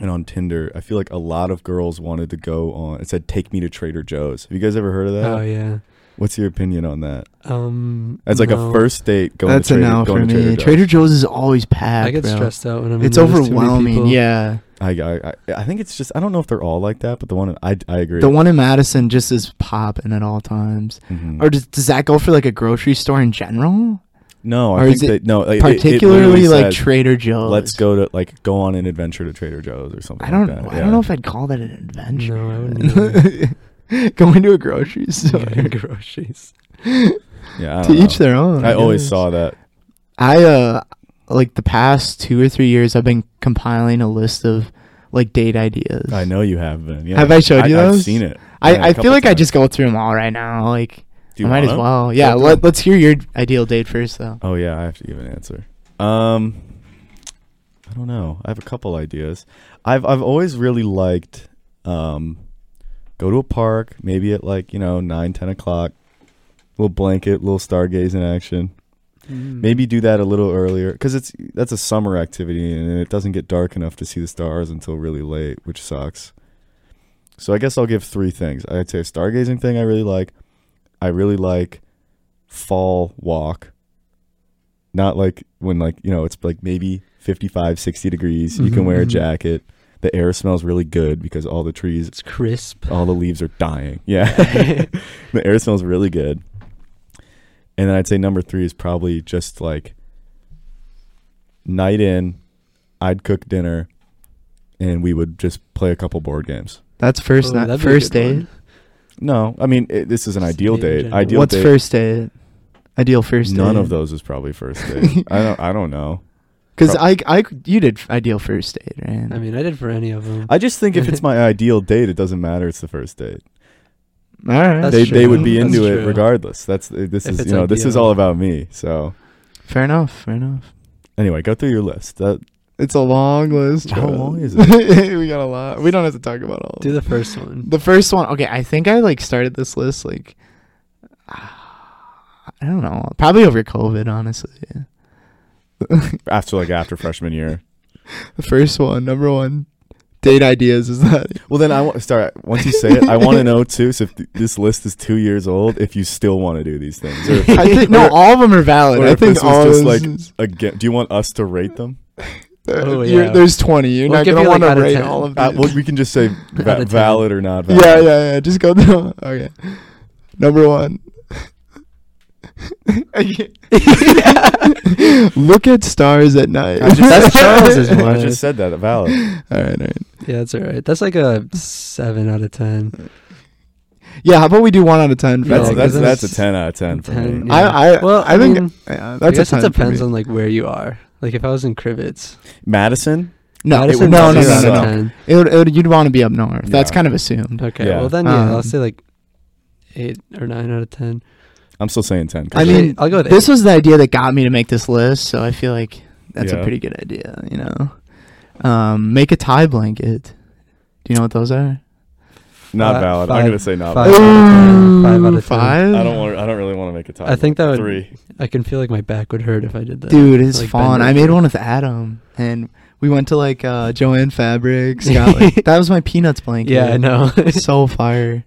Speaker 2: and on Tinder, I feel like a lot of girls wanted to go on. It said, "Take me to Trader Joe's." Have you guys ever heard of that?
Speaker 3: Oh yeah.
Speaker 2: What's your opinion on that?
Speaker 3: Um
Speaker 2: As like
Speaker 3: no.
Speaker 2: a first date going
Speaker 1: That's
Speaker 2: to
Speaker 1: a
Speaker 2: Trader,
Speaker 1: no for
Speaker 2: going
Speaker 1: me.
Speaker 2: to Trader
Speaker 1: Trader,
Speaker 2: Joe's.
Speaker 1: Joe's is always packed.
Speaker 3: I get
Speaker 1: bro.
Speaker 3: stressed out when I'm in
Speaker 1: It's
Speaker 3: there. There's too many
Speaker 1: overwhelming.
Speaker 3: people.
Speaker 1: Yeah.
Speaker 2: I, I, I, I think it's just I don't know if they're all like that, but the one I, I agree.
Speaker 1: The one in Madison just is popping at all times.
Speaker 2: Mhm.
Speaker 1: Or does, does that go for like a grocery store in general?
Speaker 2: no,
Speaker 1: or
Speaker 2: I
Speaker 1: is
Speaker 2: think
Speaker 1: it
Speaker 2: that no, like, it- it
Speaker 1: Particularly
Speaker 2: literally
Speaker 1: like
Speaker 2: says,
Speaker 1: Trader Joe's.
Speaker 2: let's go to like go on an adventure to Trader Joe's or something.
Speaker 1: I don't.
Speaker 2: Like that.
Speaker 1: I don't know if I'd call that an adventure.
Speaker 3: No, I wouldn't
Speaker 1: Going to a grocery store
Speaker 3: Getting groceries.
Speaker 2: Yeah, I
Speaker 1: to
Speaker 2: don't
Speaker 1: each
Speaker 2: know.
Speaker 1: their own.
Speaker 2: I always
Speaker 1: guess.
Speaker 2: saw that.
Speaker 1: I uh, like the past two or three years, I've been compiling a list of like date ideas.
Speaker 2: I know you have been. Yeah.
Speaker 1: Have I showed you
Speaker 2: I've
Speaker 1: those?
Speaker 2: seen it.
Speaker 1: I,
Speaker 2: Yeah, a
Speaker 1: I
Speaker 2: couple
Speaker 1: feel like I
Speaker 2: times.
Speaker 1: just go through them all right now. Like
Speaker 2: Do you
Speaker 1: I might
Speaker 2: want
Speaker 1: as
Speaker 2: 'em?
Speaker 1: well. Yeah.
Speaker 2: Go through
Speaker 1: Let,
Speaker 2: 'em.
Speaker 1: let's hear your ideal date first, though.
Speaker 2: Oh yeah, I have to give an answer. Um, I don't know. I have a couple ideas. I've I've always really liked um, go to a park, maybe at like you know nine ten o'clock. Little blanket, little stargazing action.
Speaker 3: Hmm.
Speaker 2: Maybe do that a little earlier because it's that's a summer activity and it doesn't get dark enough to see the stars until really late, which sucks. So I guess I'll give three things. I'd say a stargazing thing I really like. I really like fall walk. Not like when like, you know, it's like maybe 55, 60 degrees. You can wear a
Speaker 3: Mhm.
Speaker 2: jacket. The air smells really good because all the trees,
Speaker 3: It's crisp.
Speaker 2: all the leaves are dying. Yeah. the air smells really good. And then I'd say number three is probably just like night in, I'd cook dinner, and we would just play a couple board games.
Speaker 1: That's first.
Speaker 3: Oh,
Speaker 1: night
Speaker 3: that'd be a
Speaker 1: first
Speaker 3: good
Speaker 1: date.
Speaker 3: one.
Speaker 2: No, I mean it, this is an
Speaker 3: Just
Speaker 2: ideal
Speaker 3: date in
Speaker 2: date.
Speaker 3: general.
Speaker 2: Ideal
Speaker 1: What's
Speaker 2: date.
Speaker 1: first date? Ideal first date.
Speaker 2: None of those is probably first date. I don't. I don't know.
Speaker 1: Because
Speaker 2: Pro-
Speaker 1: I, I, you did ideal first date, right?
Speaker 3: I mean, I did for any of them.
Speaker 2: I just think if it's my ideal date, it doesn't matter. It's the first date.
Speaker 1: all right.
Speaker 3: That's
Speaker 2: They they would
Speaker 3: true.
Speaker 2: be
Speaker 3: That's
Speaker 2: into it
Speaker 3: true.
Speaker 2: regardless. That's this
Speaker 3: If
Speaker 2: is
Speaker 3: it's
Speaker 2: you know this is
Speaker 3: ideal.
Speaker 2: all about me. So
Speaker 1: Fair enough. Fair enough.
Speaker 2: anyway, go through your list. That
Speaker 1: It's a long list.
Speaker 2: How
Speaker 1: Joe.
Speaker 2: long is
Speaker 1: we got a lot. We don't have to talk about all. of
Speaker 3: Do
Speaker 1: it.
Speaker 3: the first one.
Speaker 1: The first one. Okay, I think I like started this list like I don't know, probably over COVID. Honestly,
Speaker 2: after like after freshman year.
Speaker 1: the first one, number one, date ideas is that
Speaker 2: Well, then I want sorry. Once you say it, I want to know too. So if th- this list is two years old, if you still want to do these things, or
Speaker 1: I think no, all of them are valid.
Speaker 2: Or
Speaker 1: I
Speaker 2: if
Speaker 1: think
Speaker 2: this was
Speaker 1: all
Speaker 2: just,
Speaker 1: of
Speaker 2: like,
Speaker 1: those-
Speaker 2: again, do you want us to rate them?
Speaker 3: Oh,
Speaker 1: you're-
Speaker 3: yeah.
Speaker 1: there's 20. You're
Speaker 3: We'll
Speaker 1: not
Speaker 3: give
Speaker 1: gonna
Speaker 3: you, like,
Speaker 1: want
Speaker 3: out
Speaker 1: to
Speaker 3: of
Speaker 1: rate
Speaker 3: 10.
Speaker 1: all of
Speaker 2: Uh,
Speaker 1: them.
Speaker 2: well, we can just say
Speaker 3: Out of
Speaker 2: va-
Speaker 3: ten.
Speaker 2: valid or not valid.
Speaker 1: yeah, yeah, yeah. Just go through. Okay, number one. I can't- Look at stars at night.
Speaker 2: I just,
Speaker 3: That's Charles's
Speaker 2: I
Speaker 3: one.
Speaker 2: just said that valid.
Speaker 1: all right, all right.
Speaker 3: Yeah, that's all right. That's like a seven out of ten.
Speaker 1: Yeah, how about we do one out of ten? for
Speaker 3: Yeah,
Speaker 2: That's
Speaker 1: all of
Speaker 2: that's,
Speaker 1: them?
Speaker 2: that's a ten out of ten for
Speaker 3: 10,
Speaker 2: me.
Speaker 3: yeah.
Speaker 1: I, I,
Speaker 3: Well,
Speaker 1: I,
Speaker 3: I
Speaker 1: think
Speaker 3: mean,
Speaker 1: yeah,
Speaker 3: I
Speaker 1: that's
Speaker 3: guess
Speaker 1: a 10
Speaker 3: it
Speaker 1: for
Speaker 3: depends
Speaker 1: me.
Speaker 3: on like where you are. Like if I was in Crivets,
Speaker 2: Madison.
Speaker 1: No, it
Speaker 3: Madison
Speaker 1: would, no,
Speaker 3: was
Speaker 1: no,
Speaker 3: zero
Speaker 1: no,
Speaker 2: Madison
Speaker 1: no,
Speaker 3: out
Speaker 1: no.
Speaker 3: of 10.
Speaker 1: It would, it would, you'd want to be up north. That's
Speaker 2: Yeah.
Speaker 1: kind of assumed.
Speaker 3: Okay,
Speaker 2: Yeah.
Speaker 3: well then yeah, I'll
Speaker 1: Um,
Speaker 3: say like eight or nine out of ten.
Speaker 2: I'm still saying ten. 'cause
Speaker 1: I
Speaker 3: Actually,
Speaker 1: mean,
Speaker 3: I'll go with
Speaker 1: This
Speaker 3: eight.
Speaker 1: was the idea that got me to make this list, so I feel like that's a
Speaker 2: Yeah.
Speaker 1: pretty good idea. You know, um, make a tie blanket. Do you know what those are?
Speaker 2: Not
Speaker 3: Fi-
Speaker 2: valid.
Speaker 3: five-
Speaker 2: I'm gonna say not
Speaker 3: five
Speaker 2: valid.
Speaker 3: out of ten. Five out of ten.
Speaker 1: Five?
Speaker 2: I don't want. I don't really want to make a top.
Speaker 3: I think that would-
Speaker 2: three.
Speaker 3: I can feel like my back would hurt if I did that.
Speaker 1: Dude, it's
Speaker 3: Like
Speaker 1: fun. I
Speaker 3: Bender.
Speaker 1: made one with Adam, and we went to like uh, Joanne Fabrics. Got, like, that was my peanuts blanket.
Speaker 3: yeah, I know.
Speaker 1: so fire.
Speaker 3: Mm-hmm.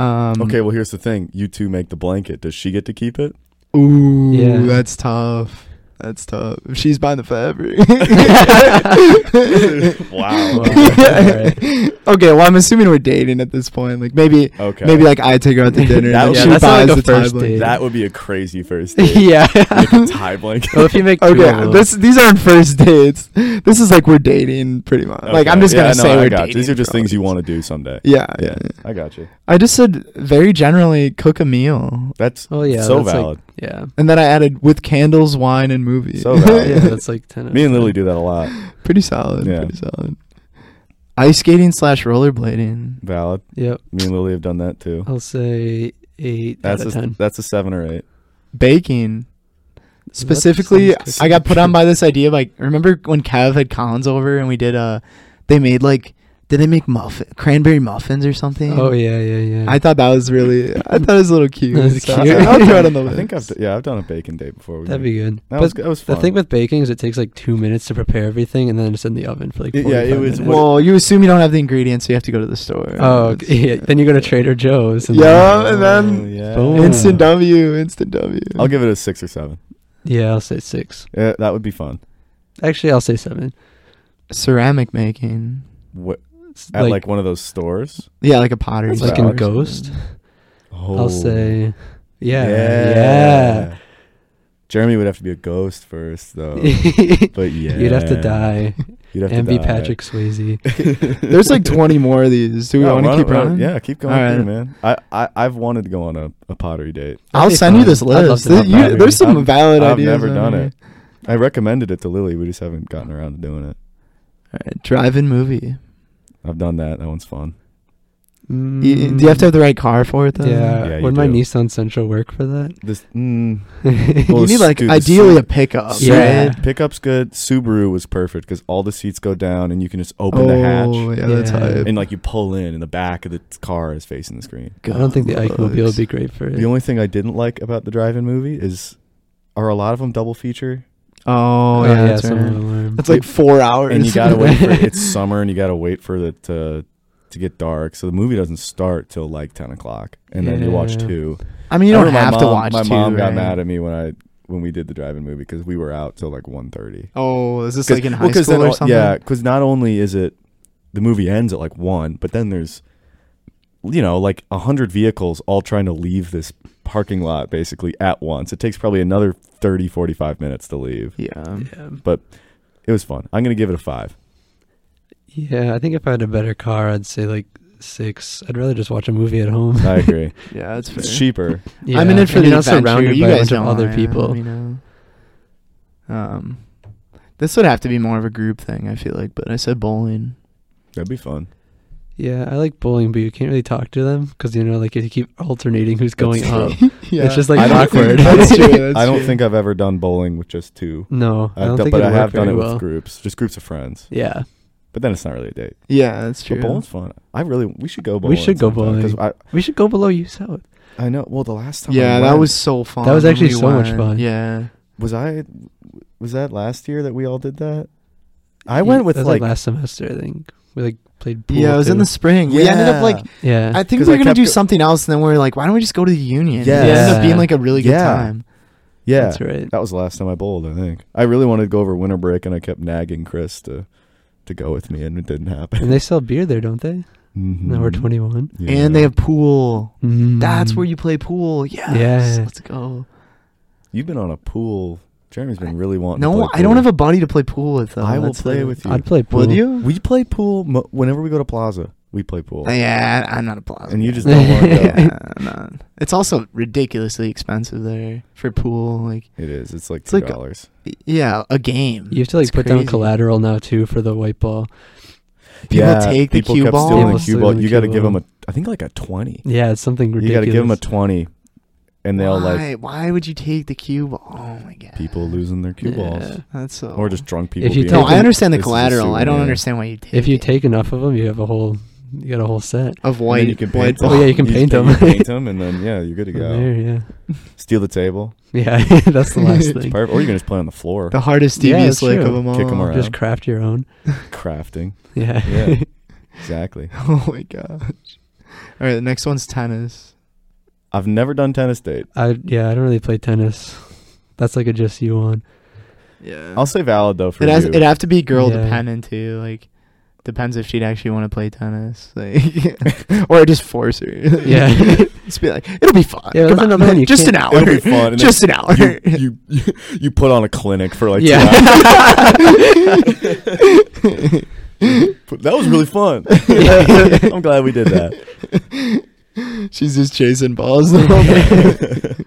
Speaker 1: Um,
Speaker 2: Okay, well here's the thing. You two make the blanket. Does she get to keep it?
Speaker 1: Ooh,
Speaker 3: Yeah.
Speaker 1: that's tough. That's tough. If she's buying the fabric.
Speaker 2: Wow.
Speaker 3: Well, alright.
Speaker 1: Okay, well, I'm assuming we're dating at this point. Like maybe,
Speaker 2: Okay.
Speaker 1: maybe like I take her out to dinner.
Speaker 2: That
Speaker 1: and then
Speaker 2: would- Yeah,
Speaker 1: she buys
Speaker 2: that
Speaker 3: sounds like a
Speaker 1: the tie
Speaker 3: first
Speaker 1: blanket.
Speaker 3: date.
Speaker 2: that would be a crazy first date.
Speaker 3: yeah.
Speaker 2: Make a tie blanket.
Speaker 3: well, if you make two, I
Speaker 1: Okay, uh,
Speaker 3: will.
Speaker 1: this these aren't first dates. This is like we're dating pretty much. Like I'm
Speaker 2: Okay.
Speaker 1: just gonna
Speaker 2: Yeah, no,
Speaker 1: say
Speaker 2: I
Speaker 1: we're
Speaker 2: got you.
Speaker 1: dating.
Speaker 2: These are just
Speaker 1: for all
Speaker 2: things you
Speaker 1: these.
Speaker 2: want to do someday.
Speaker 1: Yeah, yeah.
Speaker 2: Yeah. I got you.
Speaker 1: I just said very generally cook a meal,
Speaker 2: That's
Speaker 3: Well, Oh, yeah,
Speaker 2: so
Speaker 3: that's like-
Speaker 2: valid.
Speaker 3: yeah,
Speaker 1: and then I added with candles, wine, and movie.
Speaker 2: So valid.
Speaker 3: yeah, that's like ten. out
Speaker 2: Me
Speaker 3: of
Speaker 2: and Lily do
Speaker 3: 10.
Speaker 2: that a lot.
Speaker 1: pretty solid.
Speaker 2: Yeah.
Speaker 1: Pretty solid. Ice skating slash rollerblading.
Speaker 2: Valid.
Speaker 3: Yep,
Speaker 2: Me and Lily have done that too.
Speaker 3: I'll say eight
Speaker 2: That's
Speaker 3: out of
Speaker 2: a,
Speaker 3: ten.
Speaker 2: that's a seven or eight.
Speaker 1: Baking.
Speaker 3: That
Speaker 1: Specifically,
Speaker 3: sounds good.
Speaker 1: I got put on by this idea. Like, remember when Kev had Collins over and we did uh, they made like, did they make muffin cranberry muffins or something?
Speaker 3: Oh yeah, yeah, yeah.
Speaker 1: I thought that was really. I thought it was a little cute.
Speaker 3: That was
Speaker 1: so
Speaker 3: cute.
Speaker 1: I, will throw it on the
Speaker 2: I
Speaker 1: list.
Speaker 2: think I've d- yeah I've done a bacon day before. We
Speaker 3: That'd
Speaker 2: made-
Speaker 3: be good.
Speaker 2: that
Speaker 3: but
Speaker 2: was that was
Speaker 3: the
Speaker 2: fun.
Speaker 3: thing with baking is it takes like two minutes to prepare everything, and then it's in the oven for like.
Speaker 2: It- yeah,
Speaker 3: 45
Speaker 2: it was-
Speaker 3: minutes.
Speaker 1: well, you assume you don't have the ingredients, so you have to go to the store.
Speaker 3: Oh, okay, yeah. Then you go to Trader Joe's. And
Speaker 1: Yeah,
Speaker 3: then-
Speaker 1: and then-
Speaker 2: Oh,
Speaker 3: Boom.
Speaker 2: yeah.
Speaker 1: Instant W, instant W.
Speaker 2: I'll give it a six or seven.
Speaker 3: yeah, I'll say six.
Speaker 2: Yeah, that would be fun.
Speaker 3: Actually, I'll say seven.
Speaker 1: ceramic making.
Speaker 2: What,
Speaker 3: It's
Speaker 2: at like, one of those stores.
Speaker 1: Yeah, like a pottery.
Speaker 2: That's Like
Speaker 1: store
Speaker 2: in
Speaker 1: or something.
Speaker 3: Ghost?
Speaker 2: Oh.
Speaker 3: I'll say, yeah, yeah.
Speaker 2: Yeah. Jeremy would have to be a ghost first, though. but Oh. yeah,
Speaker 3: You'd have to die
Speaker 2: You'd have
Speaker 3: and
Speaker 2: to
Speaker 3: be
Speaker 2: die.
Speaker 3: Patrick Swayze.
Speaker 1: There's like 20 more of these. Do we
Speaker 2: Yeah,
Speaker 1: want to
Speaker 2: run-
Speaker 1: keep
Speaker 2: run-
Speaker 1: running?
Speaker 2: Oh, Yeah, keep going,
Speaker 1: All right.
Speaker 2: through, man. I, I I've wanted to go on a, a pottery date.
Speaker 1: I'll
Speaker 3: That'd be
Speaker 1: send you
Speaker 3: fun.
Speaker 1: this
Speaker 3: I'd love
Speaker 1: list.
Speaker 3: to have
Speaker 1: Th- you-
Speaker 3: pottery.
Speaker 1: there's some
Speaker 2: I've-
Speaker 1: valid
Speaker 2: I've
Speaker 1: ideas.
Speaker 2: never
Speaker 1: on
Speaker 2: done
Speaker 1: here.
Speaker 2: it. I recommended it to Lily. We just haven't gotten around to doing it.
Speaker 1: All right, drive-in movie.
Speaker 2: I've done that. That one's fun.
Speaker 1: Y- Do you have to have the right car for it? Though?
Speaker 3: Mm. Yeah,
Speaker 2: Um, Yeah, you
Speaker 3: would my
Speaker 2: do.
Speaker 3: Nissan Central work for that?
Speaker 2: This mm,
Speaker 1: You
Speaker 2: Well,
Speaker 1: need
Speaker 2: s-
Speaker 1: like
Speaker 2: dude, the
Speaker 1: ideally a
Speaker 2: seat-
Speaker 1: pickup.
Speaker 2: Su-
Speaker 3: Yeah.
Speaker 1: right?
Speaker 2: Pickup's good. Subaru was perfect because all the seats go down and you can just open
Speaker 1: Oh,
Speaker 2: the hatch
Speaker 1: yeah, that's
Speaker 3: Yeah.
Speaker 1: hype.
Speaker 2: and like you pull in and the back of the car is facing the screen.
Speaker 3: I don't think the Ike mobile would
Speaker 1: Gosh.
Speaker 3: be great for
Speaker 2: The
Speaker 3: it.
Speaker 2: only thing I didn't like about the drive-in movie is are a lot of them double feature
Speaker 1: Oh, yeah, that's,
Speaker 3: some
Speaker 1: right.
Speaker 3: of them are.
Speaker 1: That's like four hours.
Speaker 2: and you gotta wait for it's summer and you gotta wait for the to to get dark so the movie doesn't start till like 10 o'clock and then you watch
Speaker 3: Yeah.
Speaker 2: two
Speaker 1: I mean, you
Speaker 2: I
Speaker 1: don't
Speaker 2: remember
Speaker 1: have
Speaker 2: my
Speaker 1: to
Speaker 2: mom-
Speaker 1: watch.
Speaker 2: my
Speaker 1: two,
Speaker 2: mom got
Speaker 1: right?
Speaker 2: mad at me when i when we did the drive-in movie because we were out till like 1.30
Speaker 1: Oh, is this like in high
Speaker 2: well, 'cause
Speaker 1: school
Speaker 2: then
Speaker 1: or
Speaker 2: all-
Speaker 1: something?
Speaker 2: Yeah, because not only is it the movie ends at like one, but then there's you know like a hundred vehicles all trying to leave this parking lot basically at once. It takes probably another 30, 45 minutes to leave.
Speaker 1: Yeah.
Speaker 3: yeah.
Speaker 2: It was fun. I'm gonna give it a five.
Speaker 3: Yeah, I think if I had a better car, I'd say like six. I'd rather just watch a movie at home.
Speaker 2: I agree.
Speaker 1: Yeah, that's fair.
Speaker 2: it's cheaper.
Speaker 3: Yeah.
Speaker 1: I'm in it for
Speaker 3: and
Speaker 1: the
Speaker 3: you're not
Speaker 1: adventure.
Speaker 3: surrounded
Speaker 1: you
Speaker 3: by a
Speaker 1: guys
Speaker 3: bunch of
Speaker 1: don't
Speaker 3: other
Speaker 1: are,
Speaker 3: people.
Speaker 1: You know. Um, this would have to be more of a group thing, I feel like. But I said bowling.
Speaker 2: That'd be fun.
Speaker 3: Yeah, I like bowling, but you can't really talk to them because you know, like you keep alternating who's going
Speaker 2: That's
Speaker 3: up.
Speaker 2: true.
Speaker 1: Yeah,
Speaker 3: It's just like
Speaker 2: I don't think-
Speaker 3: awkward.
Speaker 1: that's true. That's
Speaker 2: I don't
Speaker 1: true.
Speaker 2: think I've ever done bowling with just two.
Speaker 3: No, I
Speaker 2: I've done-
Speaker 3: don't think
Speaker 2: Uh, but
Speaker 3: it'd
Speaker 2: I have
Speaker 3: work very
Speaker 2: done it
Speaker 3: well.
Speaker 2: with groups, just groups of friends.
Speaker 3: Yeah,
Speaker 2: But then it's not really a date.
Speaker 1: Yeah, that's
Speaker 2: But
Speaker 1: true.
Speaker 2: bowling's fun. I really we should go bowling.
Speaker 3: should go
Speaker 2: sometime, 'cause
Speaker 3: we should go below you south.
Speaker 2: I I know. Well, the last time I
Speaker 1: Yeah, that
Speaker 2: went-
Speaker 1: was so fun.
Speaker 3: was
Speaker 1: when
Speaker 3: actually
Speaker 1: we
Speaker 3: so much
Speaker 1: went.
Speaker 3: fun.
Speaker 1: Yeah.
Speaker 2: was I was that last year that we all did that? I
Speaker 3: You-
Speaker 2: went with
Speaker 3: that was,
Speaker 2: like,
Speaker 3: last semester. I think we like played pool.
Speaker 1: Yeah, it was in
Speaker 3: too.
Speaker 1: the spring. We ended up like
Speaker 3: yeah.
Speaker 1: I think we
Speaker 2: 'Cause
Speaker 1: were
Speaker 2: I
Speaker 1: gonna
Speaker 2: kept
Speaker 1: do
Speaker 2: go-
Speaker 1: something else, and then we are like, why don't we just go to the union?
Speaker 2: Yeah.
Speaker 1: It ended up
Speaker 3: Yeah.
Speaker 1: being like a really good
Speaker 2: Yeah.
Speaker 1: time.
Speaker 2: yeah.
Speaker 3: that's right.
Speaker 2: That was the last time I bowled, I think. I really wanted to go over winter break and I kept nagging Chris to to go with me and it didn't happen.
Speaker 3: And they sell beer there, don't they?
Speaker 2: mm
Speaker 3: Now we're twenty one.
Speaker 1: And they have pool. That's where
Speaker 3: you.
Speaker 1: you play pool. Yes,
Speaker 3: Yeah.
Speaker 1: Let's go.
Speaker 2: You've been on a pool. Jeremy's been really wanting to
Speaker 1: No,
Speaker 2: play
Speaker 1: I don't
Speaker 2: pool.
Speaker 1: have a buddy to play pool with. Though.
Speaker 2: I will
Speaker 1: That's
Speaker 2: play
Speaker 1: the-
Speaker 2: with you.
Speaker 3: I'd play pool.
Speaker 1: Would you?
Speaker 2: we play pool mo- whenever we go to Plaza. We play pool.
Speaker 1: Yeah, I'm not a plaza.
Speaker 2: And you just
Speaker 1: guy.
Speaker 2: don't want to go.
Speaker 1: yeah, I'm not. It's also ridiculously expensive there for pool. Like,
Speaker 2: It is. It's like
Speaker 1: It's like
Speaker 2: $2.
Speaker 1: a- y- yeah, a game.
Speaker 3: You have to like
Speaker 1: It's
Speaker 3: put down
Speaker 1: crazy.
Speaker 3: collateral now tue for the white ball.
Speaker 1: People take the
Speaker 2: people
Speaker 1: cue
Speaker 2: kept
Speaker 1: ball.
Speaker 2: stealing
Speaker 3: People
Speaker 2: the cue
Speaker 3: steal
Speaker 2: ball.
Speaker 3: the
Speaker 2: You got to
Speaker 3: cue
Speaker 2: give
Speaker 3: ball.
Speaker 2: them a I think like a 20.
Speaker 3: Yeah, it's something
Speaker 2: You got
Speaker 3: ridiculous.
Speaker 2: to give them a 20 and they'll like
Speaker 1: Why- Why would you take the cue ball? Oh my god.
Speaker 2: people losing their cue
Speaker 3: Yeah.
Speaker 2: balls
Speaker 1: That's so.
Speaker 2: or just drunk people.
Speaker 3: If you
Speaker 2: being
Speaker 1: no,
Speaker 3: take
Speaker 2: like,
Speaker 1: I understand the
Speaker 2: "This is a
Speaker 1: collateral. I don't
Speaker 2: souvenir."
Speaker 1: understand why you take.
Speaker 3: If you
Speaker 1: it.
Speaker 3: take enough of them, you have a whole You got a whole set.
Speaker 4: Of
Speaker 2: And
Speaker 4: white.
Speaker 2: then you can
Speaker 4: white
Speaker 2: paint them.
Speaker 3: Oh, yeah, you can
Speaker 2: just
Speaker 3: paint
Speaker 2: pa-
Speaker 3: 'em.
Speaker 2: you paint 'em and then yeah, you're good to
Speaker 3: From
Speaker 2: go.
Speaker 3: there, yeah.
Speaker 2: Steal the table.
Speaker 3: Yeah, that's the last
Speaker 2: It's
Speaker 3: thing.
Speaker 2: perfect. Or you can just play on the floor.
Speaker 1: The hardest,
Speaker 3: Yeah,
Speaker 1: devious
Speaker 3: that's
Speaker 1: lick of
Speaker 3: true.
Speaker 1: them all.
Speaker 2: Kick 'em around.
Speaker 3: Just craft your own.
Speaker 2: Crafting.
Speaker 3: Yeah.
Speaker 2: Yeah. Exactly.
Speaker 1: Oh my gosh. All right, the next one's tennis.
Speaker 2: I've never done tennis date.
Speaker 3: I yeah, I don't really play tennis. That's like a just you one.
Speaker 4: Yeah.
Speaker 2: I'll say valid though for
Speaker 1: It has
Speaker 2: you.
Speaker 1: it have to be girl
Speaker 3: Yeah.
Speaker 1: dependent too. Like depends if she'd actually want to play tennis, like or just force her.
Speaker 3: Yeah.
Speaker 1: just be like, it'll be fun.
Speaker 3: Yeah, that's
Speaker 1: Come on.
Speaker 3: another one you
Speaker 1: just an
Speaker 3: can't-
Speaker 1: hour.
Speaker 2: It'll be fun. and then
Speaker 1: just an hour.
Speaker 2: you, you, you you put on a clinic for like
Speaker 3: Yeah.
Speaker 2: two hours. But that was really fun. I'm glad we did that.
Speaker 1: She's just chasing balls. the whole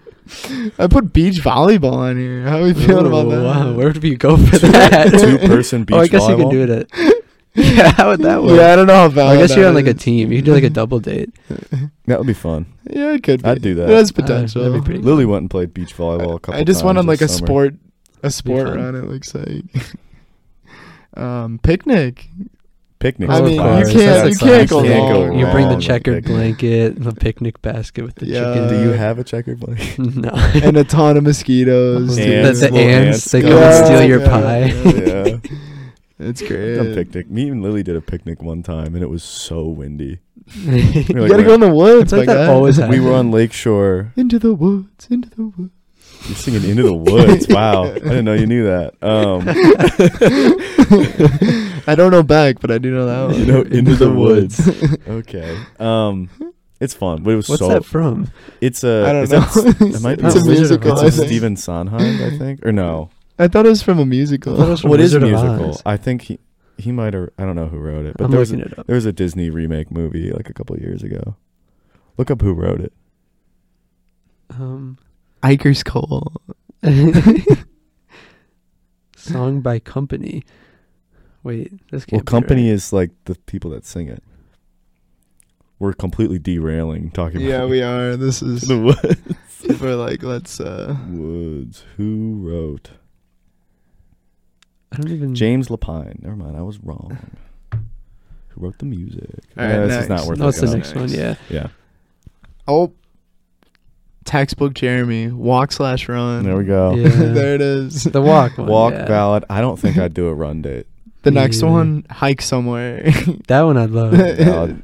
Speaker 1: day. I put beach volleyball on here. How are we feeling about
Speaker 3: Ooh,
Speaker 1: that?
Speaker 3: Oh, wow, where would we go for that?
Speaker 2: Two person beach
Speaker 3: oh, I guess you
Speaker 2: volleyball?
Speaker 3: can do it at. Yeah, how would that work?
Speaker 1: Yeah, I don't know how valid
Speaker 3: I guess
Speaker 1: that
Speaker 3: you're on like a
Speaker 1: is.
Speaker 3: team. You could do like a double date.
Speaker 2: That would be fun.
Speaker 1: Yeah, it could. Be.
Speaker 2: I'd do that.
Speaker 1: It has
Speaker 3: Uh, that'd be
Speaker 1: potential.
Speaker 3: pretty cool.
Speaker 2: Lily went and played beach volleyball a couple.
Speaker 1: I just went
Speaker 2: times
Speaker 1: on like a
Speaker 2: this summer.
Speaker 1: sport, a sport
Speaker 3: fun.
Speaker 1: run. It looks like. um, picnic.
Speaker 2: picnic.
Speaker 1: I
Speaker 3: Those
Speaker 1: mean,
Speaker 3: are
Speaker 1: you
Speaker 3: bars.
Speaker 1: can't-
Speaker 3: That's
Speaker 1: you
Speaker 3: like
Speaker 1: can't
Speaker 3: something
Speaker 1: go wrong.
Speaker 3: You bring
Speaker 2: wrong
Speaker 3: the
Speaker 2: with
Speaker 3: checkered
Speaker 2: picnic.
Speaker 3: blanket, the picnic basket with the
Speaker 1: Yeah.
Speaker 2: Do
Speaker 3: chicken.
Speaker 2: you have a checkered blanket?
Speaker 3: no.
Speaker 1: and a ton of mosquitoes.
Speaker 2: The-
Speaker 1: dude.
Speaker 2: Ants,
Speaker 3: the, the
Speaker 2: little
Speaker 3: ants,
Speaker 2: ants
Speaker 3: they
Speaker 2: go.
Speaker 3: come and
Speaker 2: Yeah,
Speaker 3: steal your
Speaker 1: yeah,
Speaker 3: pie.
Speaker 2: yeah,
Speaker 1: It's
Speaker 2: I've
Speaker 1: great.
Speaker 2: done picnic. Me and Lily did a picnic one time, and it was so windy. We
Speaker 1: You
Speaker 2: were
Speaker 1: gotta
Speaker 2: like,
Speaker 1: go in the woods.
Speaker 3: It's like
Speaker 1: my
Speaker 3: that
Speaker 1: guy.
Speaker 3: always
Speaker 2: we were on Lakeshore.
Speaker 1: into the woods, into the woods.
Speaker 2: You're singing "Into the Woods." Wow, I didn't know you knew that. Um,
Speaker 1: I don't know back, but I do know that one.
Speaker 2: you know, "Into the Woods." okay. Um, it's fun, but it was
Speaker 3: What's
Speaker 2: so.
Speaker 3: that from?
Speaker 2: It's a.
Speaker 1: I don't
Speaker 2: is
Speaker 1: know.
Speaker 2: That, it might be
Speaker 1: it's a
Speaker 2: Wizard of
Speaker 1: musical.
Speaker 2: it's
Speaker 1: I
Speaker 2: a
Speaker 1: think.
Speaker 2: Stephen Sondheim, I think, or no?
Speaker 1: I thought it was from a musical.
Speaker 3: I thought it was from
Speaker 2: What is
Speaker 3: Wizard of
Speaker 2: musical?
Speaker 3: Oz.
Speaker 2: I think he he might have. I don't know who wrote it, but
Speaker 3: I'm
Speaker 2: there was
Speaker 3: looking it up.
Speaker 2: There was a Disney remake movie like a couple years ago. Look up who wrote it.
Speaker 3: Um,
Speaker 1: Iker's Cole.
Speaker 3: song by Company. Wait, this
Speaker 2: Well,
Speaker 3: can't
Speaker 2: company
Speaker 3: Be
Speaker 2: is like the people that sing it. We're completely derailing talking
Speaker 1: Yeah,
Speaker 2: about
Speaker 1: we are. This is
Speaker 2: the wo-
Speaker 1: we're like let's uh
Speaker 2: woods. Who wrote?
Speaker 3: right. I don't even.
Speaker 2: James Lapine. Never mind, I was wrong. Who wrote the music?
Speaker 1: All right,
Speaker 2: No, this
Speaker 1: next.
Speaker 2: is not worth
Speaker 3: no, it's
Speaker 2: looking
Speaker 3: the
Speaker 2: up.
Speaker 3: next one. Yeah.
Speaker 2: Yeah.
Speaker 1: oh textbook Jeremy walk slash run.
Speaker 2: There we go.
Speaker 3: Mm-hmm. Yeah.
Speaker 1: there it is.
Speaker 3: The walk. One,
Speaker 2: Walk
Speaker 3: yeah.
Speaker 2: valid. I don't think I'd do a run date.
Speaker 1: The next
Speaker 3: Yeah.
Speaker 1: one hike somewhere.
Speaker 3: That one I love.
Speaker 2: Valid.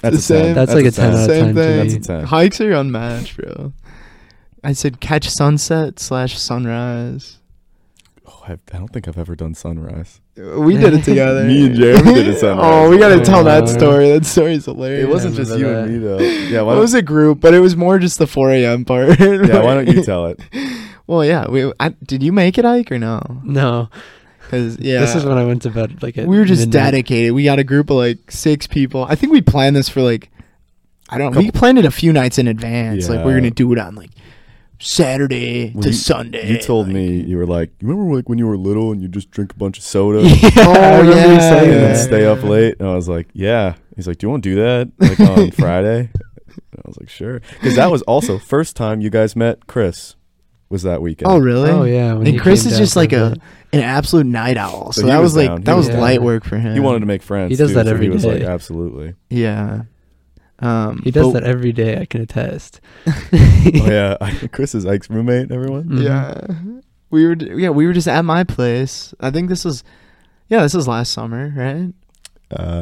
Speaker 2: That's a
Speaker 1: same-
Speaker 2: ten.
Speaker 3: That's like a 10 out of
Speaker 1: Same
Speaker 3: 10 to
Speaker 1: thing.
Speaker 2: That's
Speaker 3: me.
Speaker 2: a ten.
Speaker 1: Hikes are unmatched, bro. I said catch sunset slash sunrise.
Speaker 2: Oh, I, I don't think I've ever done sunrise.
Speaker 1: We did it together.
Speaker 2: Me and Jeremy did it sunrise.
Speaker 1: oh, we gotta tell that
Speaker 3: Uh,
Speaker 1: story. That story's hilarious.
Speaker 2: It wasn't
Speaker 3: remember
Speaker 2: just you and
Speaker 3: that.
Speaker 2: me though. Yeah, why
Speaker 1: it
Speaker 2: don't-
Speaker 1: was a group, but it was more just the 4 a.m. part.
Speaker 2: yeah, why don't you tell it?
Speaker 1: Well, yeah. We I, did you make it, Ike, or no?
Speaker 3: No,
Speaker 1: Because yeah,
Speaker 3: this is when I went to bed. Like at
Speaker 1: we were just
Speaker 3: midnight.
Speaker 1: dedicated. We got a group of like six people. I think we planned this for like I don't. know. We
Speaker 2: Couple-
Speaker 1: planned it a few nights in advance. Like we we're
Speaker 2: Yeah.
Speaker 1: gonna do it on like Saturday
Speaker 2: Well,
Speaker 1: to
Speaker 2: you-
Speaker 1: Sunday.
Speaker 3: Eh,
Speaker 2: You told
Speaker 1: like-
Speaker 2: me you were like, you remember like when you were little and you just drink a bunch of soda
Speaker 1: Oh
Speaker 3: I
Speaker 1: yeah,
Speaker 3: remember you saying
Speaker 2: and
Speaker 1: yeah.
Speaker 2: then stay up late? And I was like, yeah. He's like, do you want to do that like on Friday? And I was like, sure, because that was also first time you guys met Chris. Was that weekend?
Speaker 1: Oh really?
Speaker 3: Oh yeah. when
Speaker 1: And
Speaker 3: he
Speaker 1: Chris
Speaker 3: came
Speaker 1: is
Speaker 3: down
Speaker 1: just
Speaker 3: for
Speaker 1: like a-
Speaker 3: bed.
Speaker 1: An absolute night owl. So,
Speaker 2: So he
Speaker 1: that was,
Speaker 2: was
Speaker 1: like
Speaker 2: down. He
Speaker 1: that was
Speaker 3: was down.
Speaker 1: light work for him.
Speaker 2: He wanted to make friends.
Speaker 3: He does
Speaker 2: too,
Speaker 3: that
Speaker 2: so
Speaker 3: every
Speaker 2: he was like,
Speaker 3: day.
Speaker 2: absolutely.
Speaker 1: Yeah. Um,
Speaker 3: He does
Speaker 1: but-
Speaker 3: that every day. I can attest.
Speaker 2: oh yeah, Chris is Ike's roommate. Everyone.
Speaker 3: Mhm.
Speaker 1: Yeah. We were d- yeah, we were just at my place. I think this was yeah, this was last summer, right?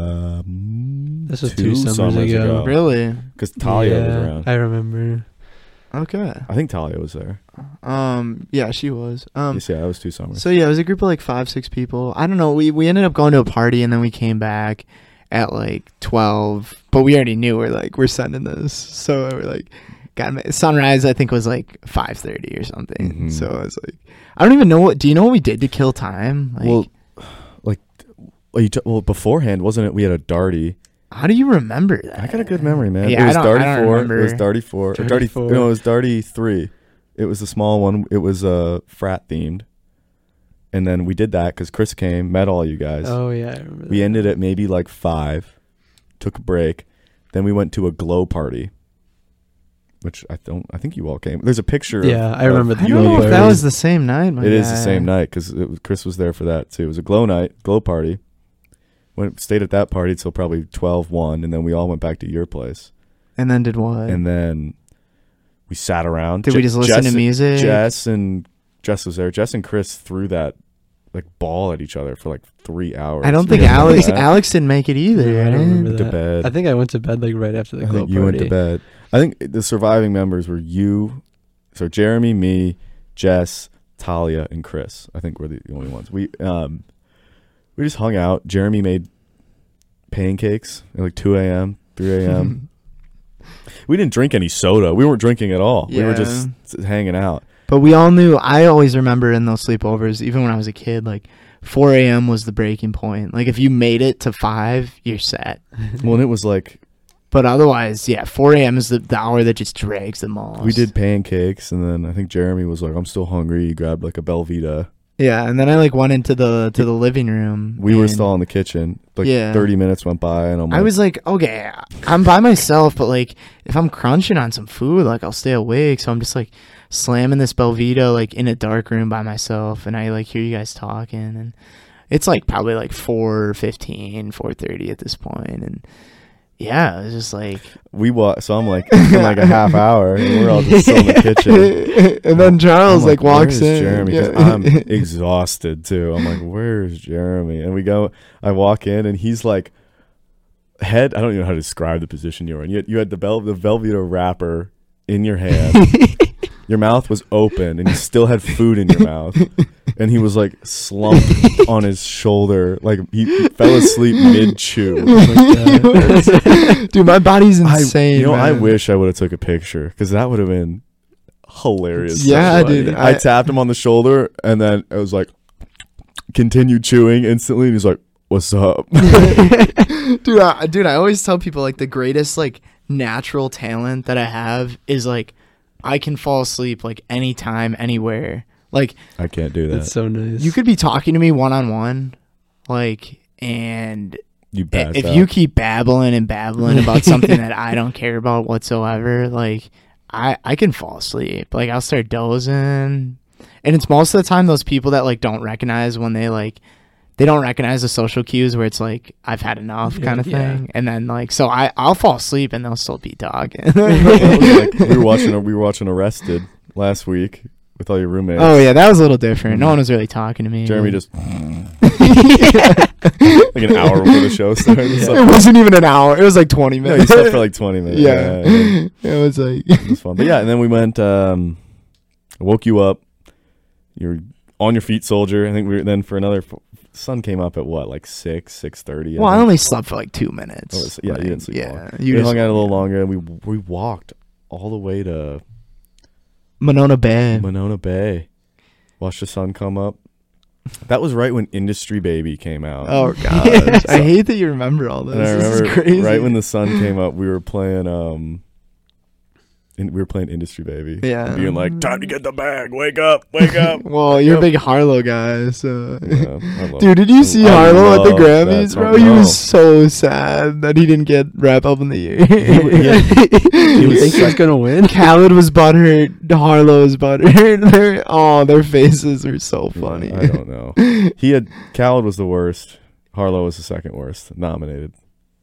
Speaker 2: Um,
Speaker 3: This was two summers ago. Oh.
Speaker 1: Really?
Speaker 2: Because Talia was
Speaker 3: Yeah,
Speaker 2: around.
Speaker 3: I remember.
Speaker 1: Okay.
Speaker 2: I think Talia was there.
Speaker 1: Um yeah, she was. Um
Speaker 2: Yes, yeah, that was two summers.
Speaker 1: so yeah, it was a group of like 5 6 people. I don't know. We we ended up going to a party and then we came back at like 12, but we already knew we're like we're sending this. So we're like got sunrise I think was like 5:30 or something.
Speaker 2: Mhm.
Speaker 1: So I was like I don't even know what do you know what we did to kill time? Like
Speaker 2: well, like, well, you t- well, beforehand, wasn't it? We had a darty.
Speaker 1: how do you remember that?
Speaker 2: I got a good memory, man.
Speaker 1: Uh, Yeah, I
Speaker 2: it was
Speaker 1: don't-
Speaker 2: darty
Speaker 1: I don't
Speaker 2: four. It was
Speaker 1: remember.
Speaker 2: darty four. or Darty,
Speaker 3: 34.
Speaker 2: no, it was darty three. It was the small one. It was uh, frat themed, and then we did that because Chris came, met all you guys.
Speaker 3: Oh yeah, I remember.
Speaker 2: We
Speaker 3: that.
Speaker 2: ended at maybe like five, took a break, then we went to a glow party, which I don't. I think you all came. There's a picture.
Speaker 3: Yeah,
Speaker 2: of,
Speaker 3: I remember
Speaker 2: of
Speaker 3: the
Speaker 1: I
Speaker 2: you
Speaker 1: don't
Speaker 2: and
Speaker 1: know if that was
Speaker 2: Chris.
Speaker 1: the same night. My
Speaker 2: It is the
Speaker 1: guy.
Speaker 2: same night because Chris was there for that too. It was a glow night, glow party, went stayed at that party till probably 12, 1, and then we all went back to your place.
Speaker 1: And then did what?
Speaker 2: and then we sat around.
Speaker 1: did we just listen to
Speaker 2: Jess-
Speaker 1: music?
Speaker 2: Jess and Jess was there. Jess and Chris threw that like ball at each other for like three hours.
Speaker 1: I don't
Speaker 2: You
Speaker 1: think
Speaker 2: remember
Speaker 1: Alex
Speaker 2: that?
Speaker 1: Alex didn't make it either.
Speaker 3: No, I don't
Speaker 1: right?
Speaker 3: remember
Speaker 2: Went to
Speaker 3: that.
Speaker 2: bed.
Speaker 3: I think I went to bed like right after the
Speaker 2: I
Speaker 3: club
Speaker 2: think you went
Speaker 3: party.
Speaker 2: to bed. I think the surviving members were you, so Jeremy, me, Jess, Talia, and Chris. I think we're the only ones. We um, we just hung out. Jeremy made pancakes at like two a.m., three a.m. we didn't drink any soda. We weren't drinking at all. We were just s- hanging out.
Speaker 1: But we all knew. I always remember in those sleepovers, even when I was a kid, like 4 a.m. was the breaking point. Like if you made it to five, you're set.
Speaker 2: Well, and it was like
Speaker 1: But otherwise, yeah, 4 a.m. is the, the hour that just drags them all.
Speaker 2: we did pancakes, and then I think Jeremy was like, "I'm still hungry." He grabbed like a Belvita.
Speaker 1: Yeah, and then I like went into the to the living room.
Speaker 2: We were
Speaker 1: and
Speaker 2: still in the kitchen. Like
Speaker 1: Yeah.
Speaker 2: thirty minutes went by, and I'm like,
Speaker 1: I was like, okay, I'm by myself, but like if I'm crunching on some food, like I'll stay awake. So I'm just like slamming this Belvita like in a dark room by myself, and I like hear you guys talking, and it's like probably like 4:15, 4:30 at this point, and yeah, it was just like
Speaker 2: we walk. So I'm like, in like a half hour, and we're all just still in the kitchen.
Speaker 1: and then Charles
Speaker 2: I'm
Speaker 1: like,
Speaker 2: "Where
Speaker 1: walks
Speaker 2: is
Speaker 1: in.
Speaker 2: Jeremy, 'Cause I'm exhausted too. I'm like, where's Jeremy? And we go. I walk in, and he's like, head. I don't even know how to describe the position you were in. You had, you had the bel- the Velveeta wrapper in your hand. your mouth was open, and you still had food in your mouth. And he was like slumped on his shoulder, like he, he fell asleep mid chew.
Speaker 1: Dude, my body's
Speaker 2: I,
Speaker 1: insane.
Speaker 2: you know, I
Speaker 1: man.
Speaker 2: wish I would have took a picture because that would have been hilarious.
Speaker 1: Yeah,
Speaker 3: so
Speaker 1: dude.
Speaker 3: funny.
Speaker 2: I, tapped him on the shoulder and then I was like, continued chewing instantly. And he's like, What's up?
Speaker 1: dude, I, dude, I always tell people like the greatest like natural talent that I have is like I can fall asleep like anytime, anywhere. Like
Speaker 2: I can't do that.
Speaker 3: That's so nice.
Speaker 1: you could be talking to me one on one, like, and
Speaker 2: you
Speaker 1: i-
Speaker 2: passed
Speaker 1: if
Speaker 2: out.
Speaker 1: you keep babbling and babbling about something that I don't care about whatsoever, like I I can fall asleep. Like I'll start dozing. And it's most of the time those people that like don't recognize when they like they don't recognize the social cues where it's like I've had enough
Speaker 3: Yeah,
Speaker 1: kind of
Speaker 3: yeah.
Speaker 1: thing. And then like so I I'll fall asleep and they'll still be talking.
Speaker 2: It was like- we were watching we were watching Arrested last week with all your roommates.
Speaker 1: oh yeah, that was a little different. No one was really talking to me.
Speaker 2: Mm-hmm. Jeremy
Speaker 1: Like-
Speaker 2: just like an hour before the show started. He
Speaker 1: it
Speaker 2: slept,
Speaker 1: wasn't even an hour. It was like 20
Speaker 2: no, he
Speaker 1: minutes.
Speaker 2: slept for like twenty minutes.
Speaker 1: yeah.
Speaker 2: yeah.
Speaker 1: It was like
Speaker 2: It was fun. But yeah, and then we went. Um, I woke you up. You were on your feet, soldier. I think we were then for another. f- Sun came up at what, like six, six thirty.
Speaker 1: Well, I only slept for like two minutes.
Speaker 2: Oh, so- yeah, you
Speaker 1: Like,
Speaker 2: didn't sleep
Speaker 1: Yeah,
Speaker 2: You
Speaker 1: you
Speaker 2: we
Speaker 1: just
Speaker 2: hung out a little longer, and we we walked all the way to
Speaker 1: Monona Bay.
Speaker 2: Monona Bay. Watched the sun come up. That was right when Industry Baby came out.
Speaker 1: Oh god, I hate that you remember all this.
Speaker 2: And I
Speaker 1: this
Speaker 2: remember
Speaker 1: is crazy.
Speaker 2: right when the sun came up, we were playing um, in, we were playing Industry Baby.
Speaker 1: Yeah.
Speaker 2: and being like, time to get the bag. Wake up, wake up.
Speaker 1: well, you're a big Harlow guy, so.
Speaker 2: Yeah, I love
Speaker 1: Dude, did
Speaker 2: I
Speaker 1: you see
Speaker 2: love
Speaker 1: Harlow at the
Speaker 2: that
Speaker 1: Grammys,
Speaker 2: song.
Speaker 1: bro? He
Speaker 2: No.
Speaker 1: was so sad that he didn't get wrap up in the year.
Speaker 3: you
Speaker 2: was
Speaker 3: think he's
Speaker 2: such-
Speaker 3: gonna win?
Speaker 1: Khaled was butthurt. Harlow was butthurt. Their, oh, their faces were so
Speaker 2: Yeah,
Speaker 1: funny.
Speaker 2: I don't know. He had Khaled was the worst. Harlow was the second worst nominated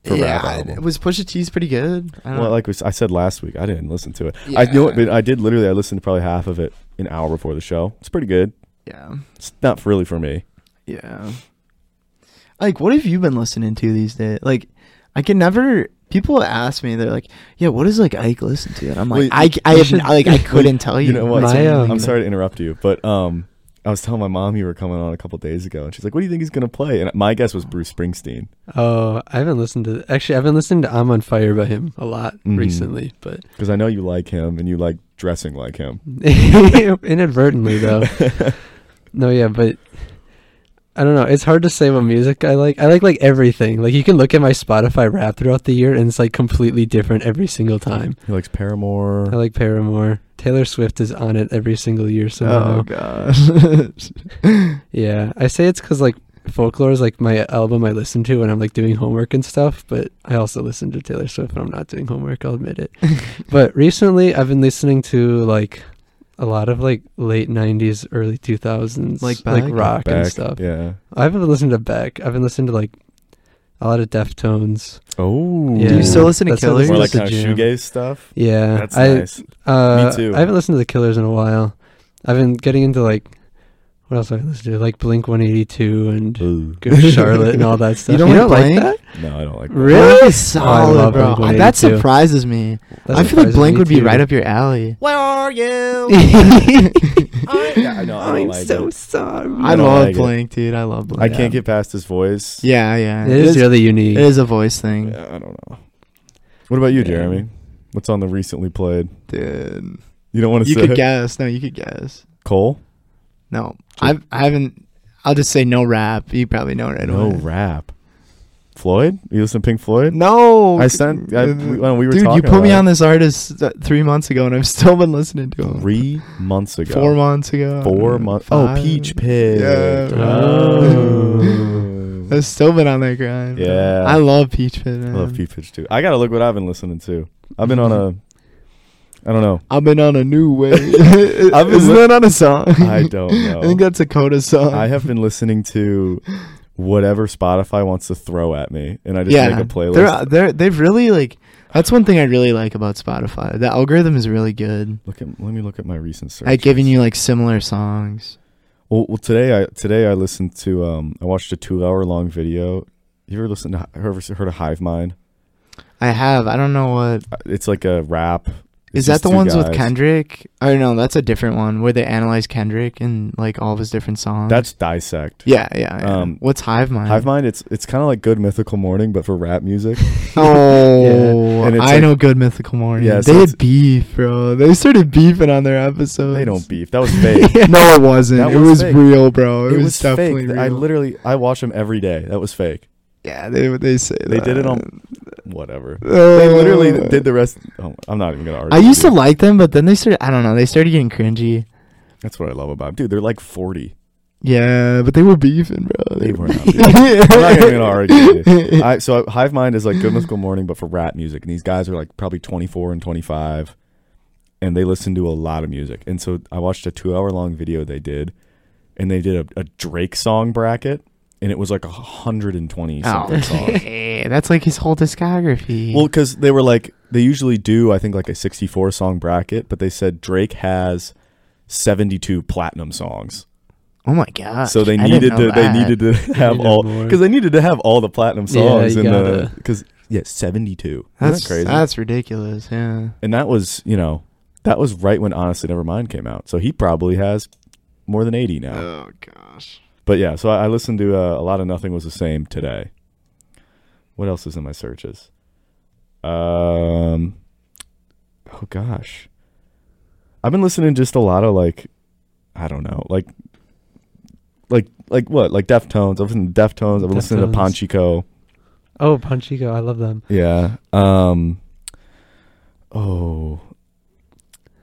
Speaker 2: for rap
Speaker 1: yeah,
Speaker 2: album.
Speaker 1: was Pusha T's pretty good. I don't
Speaker 2: Well,
Speaker 1: know.
Speaker 2: like we s- I said last week, I didn't listen to it. I you know, what,
Speaker 1: Yeah.
Speaker 2: but I did literally. I listened to probably half of it an hour before the show. It's pretty good.
Speaker 1: yeah.
Speaker 2: It's not really for me.
Speaker 1: Yeah. Like, what have you been listening to these days? Like, I can never. People ask me, they're like, "Yeah, what does like Ike listen to?" And I'm like,
Speaker 2: Wait,
Speaker 1: I, I, have, I like, I couldn't tell you.
Speaker 2: You know what?
Speaker 3: My,
Speaker 2: So-
Speaker 1: Oh,
Speaker 3: um,
Speaker 2: I'm sorry to interrupt you, but um, I was telling my mom you were coming on a couple days ago, and she's like, "What do you think he's gonna play?" And my guess was Bruce Springsteen.
Speaker 3: Oh, I haven't listened to. Actually, I've been listening to "I'm on Fire" by him a lot
Speaker 2: Mhm.
Speaker 3: recently, but
Speaker 2: Because I know you like him and you like dressing like him.
Speaker 3: inadvertently though. no, yeah, but I don't know. It's hard to say what music I like. I like like everything. Like you can look at my Spotify rap throughout the year, and it's like completely different every single time.
Speaker 2: He likes Paramore.
Speaker 3: I like Paramore. Taylor Swift is on it every single year somehow.
Speaker 1: Oh god.
Speaker 3: Yeah, I say it's because like folklore is like my album I listen to when I'm like doing homework and stuff. But I also listen to Taylor Swift when I'm not doing homework. I'll admit it. but recently, I've been listening to like a lot of like late '90s, early 2000s,
Speaker 1: Like
Speaker 3: like
Speaker 1: Beck?
Speaker 3: rock and
Speaker 2: Beck,
Speaker 3: stuff.
Speaker 2: Yeah.
Speaker 3: I haven't been listening to Beck. I've been listening to like a lot of Deftones.
Speaker 2: Oh,
Speaker 1: Do you still listen to
Speaker 3: that's how
Speaker 1: Killers?
Speaker 3: this
Speaker 2: More
Speaker 1: listen
Speaker 2: like
Speaker 3: is
Speaker 2: kind of
Speaker 3: a jam.
Speaker 2: shoegaze stuff.
Speaker 3: Yeah,
Speaker 2: That's
Speaker 3: I,
Speaker 2: nice.
Speaker 3: Uh,
Speaker 2: Me too.
Speaker 3: I haven't listened to the Killers in a while. I've been getting into like what else have I listened to? Like Blink One Eighty Two and
Speaker 2: Ooh.
Speaker 3: Good Charlotte and all that stuff.
Speaker 1: don't like Blink?
Speaker 3: that?
Speaker 2: No, I don't like. That.
Speaker 3: Really?
Speaker 1: Blink is
Speaker 3: Oh, I
Speaker 1: solid,
Speaker 3: love
Speaker 1: bro.
Speaker 3: Blink-182.
Speaker 1: that surprises me. I
Speaker 3: That
Speaker 1: feel like
Speaker 3: surprises
Speaker 1: Blink
Speaker 3: me
Speaker 1: would be
Speaker 3: too.
Speaker 1: right up your alley.
Speaker 5: Where are you?
Speaker 2: Yeah, I know. I don't like it.
Speaker 3: sorry.
Speaker 1: I,
Speaker 2: I don't
Speaker 1: love
Speaker 2: like it.
Speaker 1: Blink, dude. I love Blink.
Speaker 2: I can't get past his voice.
Speaker 1: Yeah, yeah.
Speaker 3: It is really unique.
Speaker 1: It is a voice thing,
Speaker 2: Yeah, I don't know. What about you,
Speaker 1: Yeah.
Speaker 2: Jeremy? What's on the recently played?
Speaker 1: dude.
Speaker 2: You don't want to
Speaker 1: You
Speaker 2: say
Speaker 1: could guess. No, you could guess.
Speaker 2: Cole.
Speaker 1: No,
Speaker 2: Sure.
Speaker 1: I've, I haven't. I'll just say no rap. You probably know right
Speaker 2: no
Speaker 1: away.
Speaker 2: rap. Floyd? You listen to Pink Floyd?
Speaker 1: No, Uh,
Speaker 2: I sent- I- we- when we were
Speaker 1: dude. You
Speaker 2: talking
Speaker 1: put me
Speaker 2: about
Speaker 1: on
Speaker 2: it.
Speaker 1: this artist th- three months ago, and I've still been listening to him.
Speaker 2: Three months ago.
Speaker 1: Four months ago. Uh,
Speaker 2: Four months. Oh,
Speaker 1: five.
Speaker 2: Peach Pig.
Speaker 1: Yeah.
Speaker 2: Oh.
Speaker 1: I've still been on that grind. bro.
Speaker 2: Yeah.
Speaker 1: I love Peach Pit.
Speaker 2: I
Speaker 1: Man.
Speaker 2: love Peach Pig too. I gotta look what I've been listening to. I've been on a. I don't know.
Speaker 1: I've been on a new wave.
Speaker 2: I've been
Speaker 1: Isn't
Speaker 2: li-
Speaker 1: that on a song?
Speaker 2: I don't
Speaker 1: I think
Speaker 2: know.
Speaker 1: that's a Coda song.
Speaker 2: I have been listening to whatever Spotify wants to throw at me, and I just
Speaker 1: yeah,
Speaker 2: make a playlist.
Speaker 1: They're, uh, they're they've really like. That's one thing I really like about Spotify. The algorithm is really good
Speaker 2: look at. Let me look at my recent search.
Speaker 1: at giving you like similar songs.
Speaker 2: Well, well, today I today I listened to um I watched a two hour long video. You ever listened to ever heard of Hive Mind?
Speaker 1: I have. I don't know what
Speaker 2: Uh, It's like a rap.
Speaker 1: is
Speaker 2: It's
Speaker 1: that
Speaker 2: just
Speaker 1: the
Speaker 2: two
Speaker 1: ones with
Speaker 2: guys.
Speaker 1: Kendrick? Or no, that's a different one where they analyze Kendrick and like all of his different songs.
Speaker 2: That's dissect.
Speaker 1: yeah, yeah. yeah.
Speaker 2: um,
Speaker 1: What's Hive Mind?
Speaker 2: Hive Mind. It's it's kind of like Good Mythical Morning, but for rap music.
Speaker 1: Oh,
Speaker 2: Yeah. And it's
Speaker 1: I
Speaker 2: like-
Speaker 1: know Good Mythical Morning.
Speaker 2: Yeah, so
Speaker 1: they
Speaker 2: it's-
Speaker 1: had beef, bro. They started beefing on their episodes.
Speaker 2: they don't beef. That was fake.
Speaker 1: no, it wasn't.
Speaker 2: That
Speaker 1: it
Speaker 2: was
Speaker 1: was
Speaker 2: fake.
Speaker 1: real, bro. It,
Speaker 2: it
Speaker 1: was,
Speaker 2: was fake.
Speaker 1: definitely real.
Speaker 2: I literally I watch them every day. That was fake.
Speaker 1: yeah, they they say
Speaker 2: They did it
Speaker 1: that.
Speaker 2: on- Whatever.
Speaker 1: Uh,
Speaker 2: They literally did the rest. Oh, I'm not even gonna argue.
Speaker 1: I
Speaker 2: with
Speaker 1: used to
Speaker 2: you.
Speaker 1: like them, but then they started. I don't know. They started getting cringy.
Speaker 2: That's what I love about 'em. dude. They're like 40.
Speaker 1: Yeah, but they were beefing, bro.
Speaker 2: They were not
Speaker 1: beefing.
Speaker 2: I'm not even gonna argue. With you. I, so Hive Mind is like Good Mythical Morning, but for rap music, and these guys are like probably 24 and 25, and they listen to a lot of music. And so I watched a two-hour-long video they did, and they did a, a Drake song bracket, and it was like 120 something songs.
Speaker 1: yeah, Oh, that's like his whole discography.
Speaker 2: Well, because they were like they usually do, I think like a 64 song bracket, but they said Drake has 72 platinum songs,
Speaker 1: oh my god!
Speaker 2: so they needed to they needed to have
Speaker 3: needed
Speaker 2: all
Speaker 3: more.
Speaker 2: because they needed to have all the platinum
Speaker 3: Yeah,
Speaker 2: songs
Speaker 3: you
Speaker 2: in the
Speaker 3: gotta.
Speaker 2: because yeah 72
Speaker 1: That's
Speaker 2: Isn't that crazy
Speaker 1: That's ridiculous. Yeah.
Speaker 2: and that was you know that was right when honestly nevermind came out so he probably has more than 80 now
Speaker 4: Oh gosh.
Speaker 2: but yeah so i, I listened to uh, a lot of nothing was the same today what else is in my searches um oh gosh i've been listening to just a lot of like i don't know like like like what like deftones i've listened to deftones i've been listening to
Speaker 3: Deftones.
Speaker 2: panchico
Speaker 3: Oh, Punchico, I love them.
Speaker 2: yeah. Um Oh.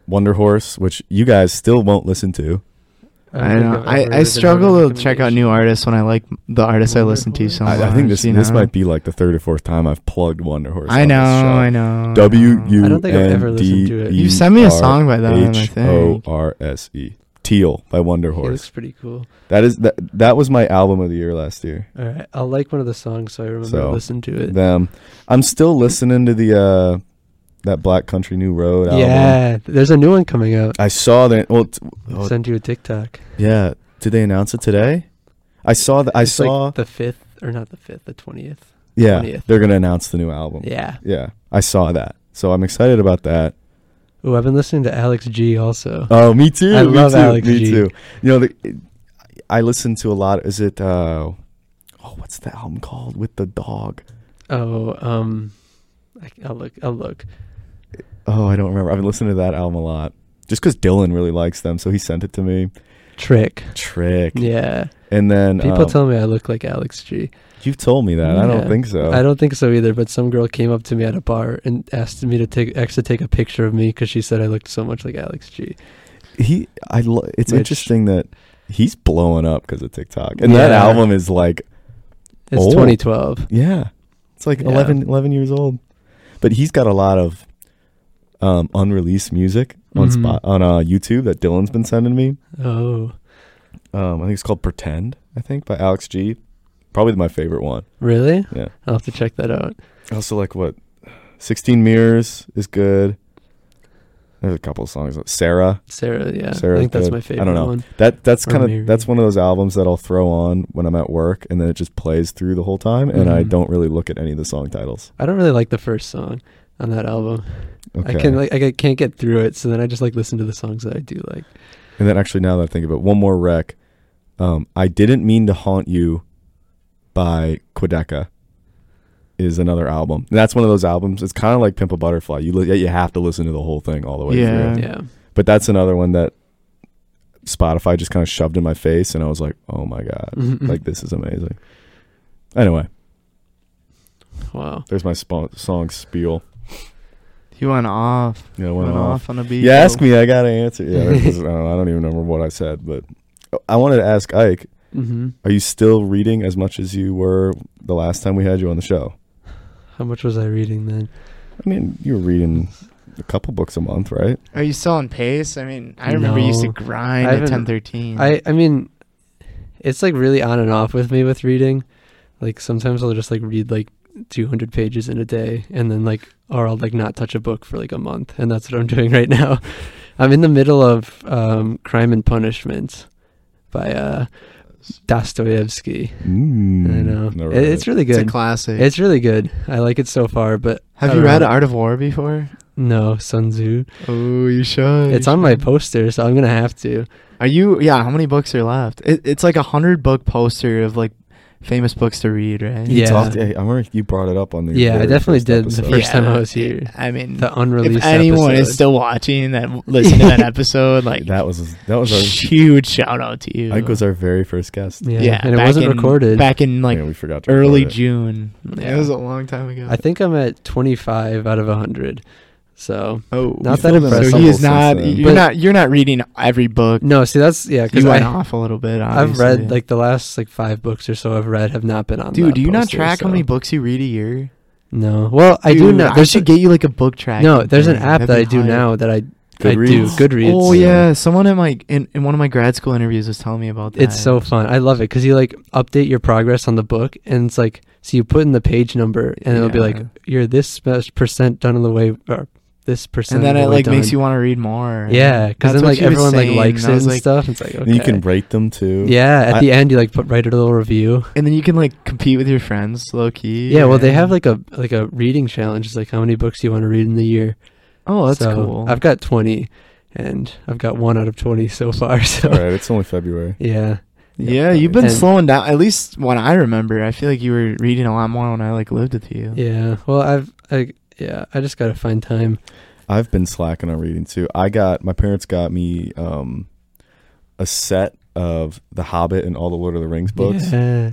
Speaker 2: Wonder Horse, which you guys still won't listen to.
Speaker 1: I don't know. I, I struggle to check out new artists when I like the artists I listen to so much.
Speaker 2: I, I think this
Speaker 1: you
Speaker 2: this
Speaker 1: know?
Speaker 2: might be like the third or fourth time I've plugged Wonder Horse.
Speaker 1: I
Speaker 2: on this
Speaker 1: know.
Speaker 2: show.
Speaker 1: I know.
Speaker 2: W U
Speaker 3: I don't think I've ever
Speaker 2: N D E
Speaker 3: listened to it.
Speaker 1: You sent me a song by them. I
Speaker 2: H O
Speaker 1: think.
Speaker 2: R S E. Teal by Wonder
Speaker 3: He looks
Speaker 2: Horse.
Speaker 3: pretty cool.
Speaker 2: That is that that was my album of the year last year.
Speaker 3: All right, I'll like one of the songs so I remember
Speaker 2: So,
Speaker 3: to listen to it.
Speaker 2: Them. I'm still listening to the uh that Black Country New Road album.
Speaker 3: yeah, there's a new one coming out.
Speaker 2: I saw that well t- oh,
Speaker 3: Send you a TikTok.
Speaker 2: Yeah. Did they announce it today? I saw that. I
Speaker 3: It's
Speaker 2: saw.
Speaker 3: like the fifth or not the fifth, the twentieth.
Speaker 2: yeah.
Speaker 3: 20th.
Speaker 2: They're gonna announce the new album. Yeah.
Speaker 3: Yeah.
Speaker 2: I saw that. So I'm excited about that.
Speaker 3: Oh, I've been listening to Alex G also.
Speaker 2: Oh, me too.
Speaker 3: I
Speaker 2: me
Speaker 3: love
Speaker 2: too.
Speaker 3: Alex
Speaker 2: Me
Speaker 3: G.
Speaker 2: too. You know, the, I listen to a lot. Is it? uh Oh, what's that album called with the dog?
Speaker 3: Oh, um, I, I'll look. I'll look.
Speaker 2: Oh, I don't remember. I've been listening to that album a lot, just because Dylan really likes them, so he sent it to me.
Speaker 3: Trick.
Speaker 2: Trick.
Speaker 3: Yeah.
Speaker 2: And then
Speaker 3: People
Speaker 2: um,
Speaker 3: tell me I look like Alex G.
Speaker 2: you've told me that. I don't
Speaker 3: Yeah.
Speaker 2: think so.
Speaker 3: I don't think so either. But some girl came up to me at a bar and asked me to take asked to take a picture of me because she said I looked so much like Alex G.
Speaker 2: he i lo- it's
Speaker 3: Which-
Speaker 2: interesting that he's blowing up because of tiktok and that
Speaker 3: Yeah.
Speaker 2: album is like
Speaker 3: It's
Speaker 2: Oh.
Speaker 3: 2012.
Speaker 2: yeah it's like
Speaker 3: Yeah.
Speaker 2: eleven, eleven 11 years old but he's got a lot of um unreleased music on
Speaker 3: Mhm.
Speaker 2: spot on uh youtube that dylan's been sending me
Speaker 3: Oh,
Speaker 2: um i think it's called pretend i think by alex g Probably my favorite one.
Speaker 3: Really?
Speaker 2: Yeah.
Speaker 3: I'll have to check that out.
Speaker 2: Also, like what, sixteen mirrors is good. There's a couple of songs. like Sarah.
Speaker 3: Sarah, yeah.
Speaker 2: Sarah's
Speaker 3: I think that's
Speaker 2: good.
Speaker 3: my
Speaker 2: I
Speaker 3: favorite
Speaker 2: don't know.
Speaker 3: one.
Speaker 2: That that's
Speaker 3: Or
Speaker 2: kind
Speaker 3: Mary.
Speaker 2: of that's one of those albums that I'll throw on when I'm at work, and then it just plays through the whole time, and I
Speaker 3: Mhm.
Speaker 2: don't really look at any of the song titles.
Speaker 3: I don't really like the first song on that album.
Speaker 2: Okay.
Speaker 3: I can like I can't get through it, so then I just like listen to the songs that I do like.
Speaker 2: And then actually now that I think of it, one more rec. Um, I didn't mean to haunt you by Quidecca is another album. And that's one of those albums. It's kind of like Pimp a Butterfly. You li- you have to listen to the whole thing all the way
Speaker 1: Yeah.
Speaker 2: through.
Speaker 3: Yeah.
Speaker 2: But that's another one that Spotify just kind of shoved in my face and I was like, "Oh my god.
Speaker 3: Mm-hmm.
Speaker 2: Like this is amazing." Anyway,
Speaker 3: wow.
Speaker 2: there's my spo- song spiel.
Speaker 1: He went off.
Speaker 2: You know,
Speaker 1: Went,
Speaker 2: went off.
Speaker 1: off on a beat.
Speaker 2: You ask me, I got to answer. Yeah, that was- I don't know, I don't even remember what I said, but I wanted to ask Ike
Speaker 3: hmm
Speaker 2: Are you still reading as much as you were the last time we had you on the show?
Speaker 3: How much was I reading then?
Speaker 2: I mean, you were reading a couple books a month, right?
Speaker 1: Are you still on pace? I mean, I remember you used to
Speaker 3: No.
Speaker 1: grind
Speaker 3: I
Speaker 1: at
Speaker 3: haven't-
Speaker 1: 10, 13.
Speaker 3: I I mean, it's like really on and off with me with reading. Like sometimes I'll just like read like 200 pages in a day, and then like or I'll like not touch a book for like a month, and that's what I'm doing right now. I'm in the middle of um, Crime and Punishment by uh, Dostoevsky.
Speaker 2: Mm,
Speaker 3: I know
Speaker 2: never
Speaker 3: It-
Speaker 2: read
Speaker 3: it's
Speaker 2: it.
Speaker 3: really
Speaker 1: it's a
Speaker 3: good.
Speaker 1: classic.
Speaker 3: It's really good. I like it so far, but I
Speaker 1: Have you
Speaker 3: don't
Speaker 1: read
Speaker 3: know.
Speaker 1: Art of War before?
Speaker 3: No, Sun Tzu.
Speaker 1: Oh, you should.
Speaker 3: It's
Speaker 1: you
Speaker 3: on my
Speaker 1: should.
Speaker 3: poster, so I'm gonna have to.
Speaker 1: Are you? Yeah. How many books are left? It, it's like a hundred book poster of like famous books to read, right?
Speaker 2: You
Speaker 3: Yeah.
Speaker 2: talked- hey, I remember you brought it up on the.
Speaker 3: Yeah, I
Speaker 2: very
Speaker 3: definitely
Speaker 2: first
Speaker 3: did the
Speaker 2: episode.
Speaker 3: first- time I was here.
Speaker 1: I mean,
Speaker 3: The unreleased.
Speaker 1: if anyone
Speaker 3: episode.
Speaker 1: is still watching that, listen to that episode. Like
Speaker 2: that was that was our.
Speaker 1: huge shout out to you.
Speaker 2: Ike was our very first guest.
Speaker 3: yeah,
Speaker 1: yeah,
Speaker 3: and it
Speaker 1: back
Speaker 3: wasn't
Speaker 1: in-
Speaker 3: recorded.
Speaker 1: back in like
Speaker 2: yeah, we forgot to
Speaker 1: early
Speaker 2: record it.
Speaker 1: June.
Speaker 3: Yeah.
Speaker 4: It was a long time ago.
Speaker 3: I think I'm at 25 out of 100. So
Speaker 1: Oh,
Speaker 3: Not
Speaker 2: that impressive.
Speaker 1: So he is
Speaker 2: Since
Speaker 1: not.
Speaker 2: then.
Speaker 1: You're
Speaker 3: But-
Speaker 1: not. You're not reading every book.
Speaker 3: no, see that's yeah because
Speaker 1: you went
Speaker 3: I
Speaker 1: off a little bit.
Speaker 3: I've
Speaker 1: Obviously.
Speaker 3: read like the last like five books or so I've read have not been on.
Speaker 1: Dude,
Speaker 3: that
Speaker 1: do you not
Speaker 3: poster,
Speaker 1: track how
Speaker 3: so-
Speaker 1: many books you read a year?
Speaker 3: No, well I do
Speaker 1: Dude,
Speaker 3: now.
Speaker 1: I
Speaker 3: There's
Speaker 1: should
Speaker 3: a-
Speaker 1: get you like a book track.
Speaker 3: no, there's an app that I do now that I I do
Speaker 2: Goodreads.
Speaker 3: Goodreads.
Speaker 1: Oh
Speaker 2: It's, uh,
Speaker 1: yeah, someone in my in, in one of my grad school interviews was telling me about that.
Speaker 3: It's so fun. I love it because you like update your progress on the book, and it's like so you put in the page number, and it'll be like
Speaker 1: Yeah.
Speaker 3: you're this much percent done on the way, or this percent.
Speaker 1: and then
Speaker 3: of the
Speaker 1: it
Speaker 3: way
Speaker 1: like makes
Speaker 3: done.
Speaker 1: you want to read more.
Speaker 3: Yeah, because
Speaker 1: That's
Speaker 3: then
Speaker 1: what
Speaker 3: like
Speaker 1: she was
Speaker 3: everyone like
Speaker 1: saying,
Speaker 3: likes it
Speaker 1: I was
Speaker 3: and
Speaker 1: like-
Speaker 3: stuff. It's like okay.
Speaker 2: And you can rate them too.
Speaker 3: Yeah, at
Speaker 2: I-
Speaker 3: the end you like put write a little review.
Speaker 1: and then you can like compete with your friends, low key.
Speaker 3: Yeah, well they have
Speaker 1: and-
Speaker 3: like a like a reading challenge. It's like how many books you want to read in the year.
Speaker 1: oh that's
Speaker 3: So,
Speaker 1: cool.
Speaker 3: I've got twenty, and I've got one out of twenty so far. So
Speaker 2: All right, it's only February.
Speaker 3: yeah,
Speaker 1: yeah, you've been
Speaker 3: And-
Speaker 1: slowing down. At least when I remember, I feel like you were reading a lot more when I like lived with you.
Speaker 3: yeah. Well, I've I yeah I just gotta find time.
Speaker 2: I've been slacking on reading too. I got my parents got me um, a set of The Hobbit and all the Lord of the Rings books.
Speaker 3: Yeah.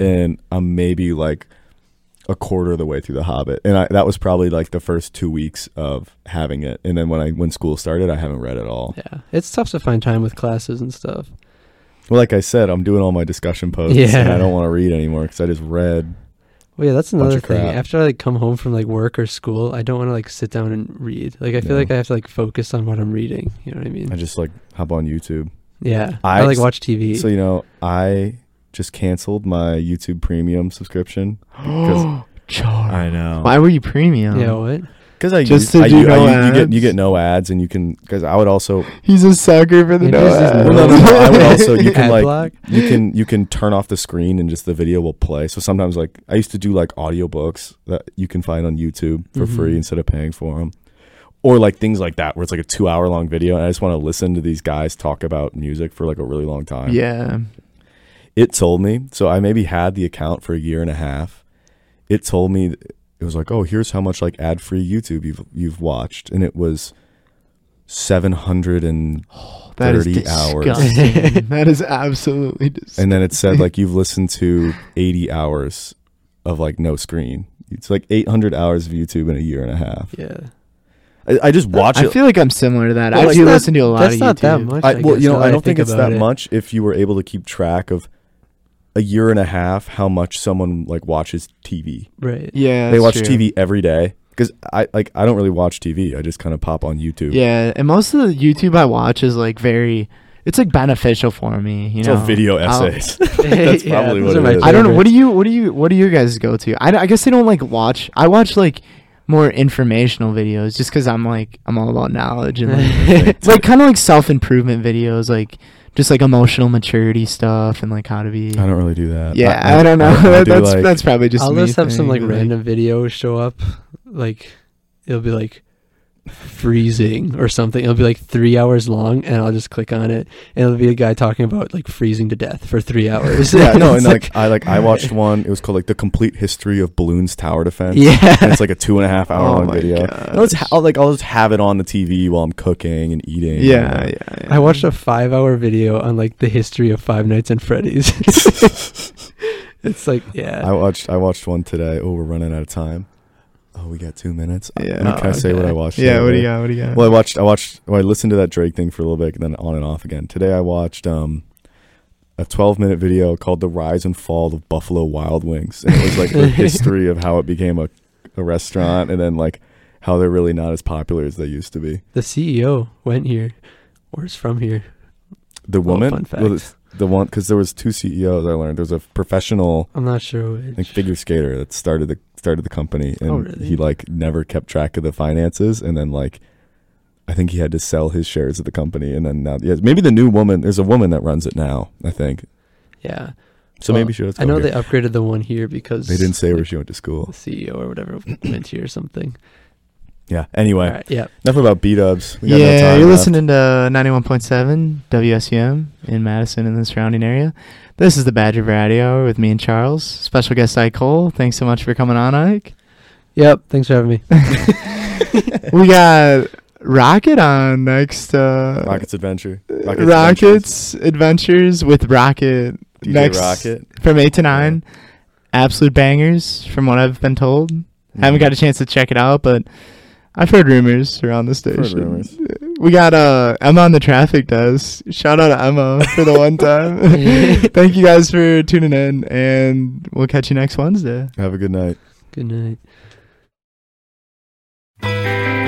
Speaker 2: and I'm maybe like a quarter of the way through The Hobbit, and I, that was probably like the first two weeks of having it. And then when I when school started, I haven't read it all.
Speaker 3: Yeah, it's tough to find time with classes and stuff.
Speaker 2: Well, like I said, I'm doing all my discussion posts, and
Speaker 3: Yeah.
Speaker 2: I don't want to read anymore because I just read.
Speaker 3: Well, yeah, that's
Speaker 2: Bunch
Speaker 3: another
Speaker 2: of
Speaker 3: thing.
Speaker 2: crap.
Speaker 3: After I like come home from like work or school, I don't want to like sit down and read. Like I feel
Speaker 2: No.
Speaker 3: like I have to like focus on what I'm reading. You know what I mean?
Speaker 2: I just like hop on YouTube.
Speaker 3: yeah,
Speaker 2: I
Speaker 3: I, like
Speaker 2: s-
Speaker 3: watch TV.
Speaker 2: So you know, I just canceled my YouTube Premium subscription. because-
Speaker 1: Char.
Speaker 2: know.
Speaker 1: Why were you premium?
Speaker 3: yeah, what?
Speaker 2: Because I
Speaker 1: Just to
Speaker 2: use- I
Speaker 1: do
Speaker 2: u- I
Speaker 1: no
Speaker 2: u- you get
Speaker 1: ads?
Speaker 2: you get no ads, and you can because I would also
Speaker 1: He's a sucker for the
Speaker 3: Maybe
Speaker 1: no.
Speaker 3: this is
Speaker 1: ads.
Speaker 2: Well, no, no, no, I would also you can
Speaker 3: Ad
Speaker 2: like
Speaker 3: block?
Speaker 2: you can you can turn off the screen and just the video will play. So sometimes like I used to do like audiobooks that you can find on YouTube for
Speaker 3: Mhm.
Speaker 1: Mm-hmm.
Speaker 2: free instead of paying for them. Or like things like that where it's like a 2-hour long video and I just want to listen to these guys talk about music for like a really long time.
Speaker 1: Yeah.
Speaker 2: It told me, so I maybe had the account for a year and a half. It told me it was like, "Oh, here's how much like ad-free YouTube you've you've watched." And it was 700 and
Speaker 1: That is
Speaker 2: 30 hours.
Speaker 1: disgusting. that is absolutely disgusting.
Speaker 2: and then it said like you've listened to 80 hours of like no screen it's like 800 hours of youtube in a year and a half
Speaker 3: Yeah,
Speaker 2: i, I just watch
Speaker 1: I
Speaker 2: it
Speaker 1: feel like I'm similar to that.
Speaker 3: Well,
Speaker 1: I
Speaker 3: it's
Speaker 1: do
Speaker 3: not-
Speaker 1: listen to a lot
Speaker 3: that's
Speaker 1: of
Speaker 3: not
Speaker 1: YouTube.
Speaker 3: that much.
Speaker 2: I,
Speaker 3: I
Speaker 2: well
Speaker 3: guess,
Speaker 2: you know
Speaker 3: now
Speaker 2: i
Speaker 3: that
Speaker 2: don't think, it's
Speaker 3: about
Speaker 2: that
Speaker 3: it.
Speaker 2: much if you were able to keep track of a year and a half how much someone like watches tv
Speaker 3: Right.
Speaker 1: Yeah,
Speaker 2: they
Speaker 1: that's
Speaker 2: watch
Speaker 1: true.
Speaker 2: tv every day because i like i don't really watch tv i just kind of pop on youtube
Speaker 1: Yeah, and most of the YouTube I watch is like very. it's like beneficial for me. You
Speaker 2: it's
Speaker 1: know,
Speaker 2: all video
Speaker 1: I'll-
Speaker 2: essays. That's
Speaker 3: Yeah,
Speaker 2: probably
Speaker 3: those
Speaker 2: what
Speaker 3: are
Speaker 2: it
Speaker 3: my
Speaker 2: is.
Speaker 1: I don't know.
Speaker 3: favorite.
Speaker 1: What do you? What do you? What do you guys go to? I, I guess I don't like watch. I watch like more informational videos just because I'm like I'm all about knowledge and like, like kind of like self improvement videos, like just like emotional maturity stuff and like how to be.
Speaker 2: I don't really do that.
Speaker 1: yeah, I, don't know.
Speaker 2: do
Speaker 1: that's
Speaker 2: like-
Speaker 1: that's probably just.
Speaker 3: I'll
Speaker 1: me
Speaker 3: just have some
Speaker 1: thing,
Speaker 3: like
Speaker 1: but,
Speaker 3: random video show up, like it'll be like freezing or something. It'll be like three hours long, and I'll just click on it, and it'll be a guy talking about like freezing to death for three hours.
Speaker 2: yeah, no,
Speaker 3: It's
Speaker 2: and like, I like I watched one. It was called like the complete history of balloons tower defense.
Speaker 3: yeah,
Speaker 2: and it's like a two and a half hour
Speaker 1: Oh
Speaker 2: long
Speaker 1: my
Speaker 2: video. And
Speaker 1: gosh.
Speaker 2: I'll just ha- I'll, like I'll just have it on the TV while I'm cooking and eating. you
Speaker 1: Yeah,
Speaker 2: know.
Speaker 1: yeah, yeah.
Speaker 3: I watched a five-hour video on like the history of Five Nights and Freddy's. it's like yeah,
Speaker 2: I watched I watched one today. Oh, we're running out of time. Oh, we got two minutes. I-
Speaker 1: Yeah.
Speaker 2: Can I
Speaker 1: Oh,
Speaker 2: say what
Speaker 3: okay.
Speaker 2: I watched?
Speaker 1: Yeah, what do
Speaker 2: today?
Speaker 1: you got? What do you got?
Speaker 2: Well, I watched. I watched. Well, I listened to that Drake thing for a little bit, and then on and off again. Today, I watched um, a 12 minute video called "The Rise and Fall of Buffalo Wild Wings," and it was like the history of how it became a, a restaurant, and then like how they're really not as popular as they used to be.
Speaker 3: the CEO went here or is from here.
Speaker 2: The
Speaker 3: Little
Speaker 2: woman,
Speaker 3: fun fact.
Speaker 2: well, it's the one, because there was two CEOs. I learned there's a professional
Speaker 3: I'm not sure
Speaker 2: like
Speaker 3: which.
Speaker 2: figure skater that started the started the company and
Speaker 3: Oh, really?
Speaker 2: he like never kept track of the finances and then like I think he had to sell his shares of the company and then now yeah, maybe the new woman there's a woman that runs it now, I think.
Speaker 3: yeah,
Speaker 2: So
Speaker 3: Well,
Speaker 2: maybe she was
Speaker 3: I know
Speaker 2: they,
Speaker 3: they upgraded the one here because
Speaker 2: they didn't say where
Speaker 3: like,
Speaker 2: she went to
Speaker 3: the
Speaker 2: school.
Speaker 3: CEO or whatever went here or something.
Speaker 2: Yeah. Anyway,
Speaker 3: All right, yeah.
Speaker 2: enough about beat ups.
Speaker 1: yeah, you're listening to 91.7 WSUM in Madison and the surrounding area. This is the Badger Variety Hour with me and Charles. Special guest Ike Cole. Thanks so much for coming on, Ike.
Speaker 3: Yep. Thanks for having me.
Speaker 1: we got Rocket on next. Uh,
Speaker 2: Rockets Adventure.
Speaker 1: Rockets,
Speaker 2: Adventures.
Speaker 1: Adventures with Rocket
Speaker 2: DJ
Speaker 1: next
Speaker 2: Rocket.
Speaker 1: from 8 to 9. Absolute bangers, from what I've been told.
Speaker 2: Mm-hmm.
Speaker 1: Haven't got a chance to check it out, but I've heard rumors around the
Speaker 2: Heard
Speaker 1: station.
Speaker 2: rumors.
Speaker 1: We got uh Emma on the traffic desk. Shout out to Emma for the one time. Thank you guys for tuning in, and we'll catch you next Wednesday.
Speaker 2: Have a good night.
Speaker 3: Good night.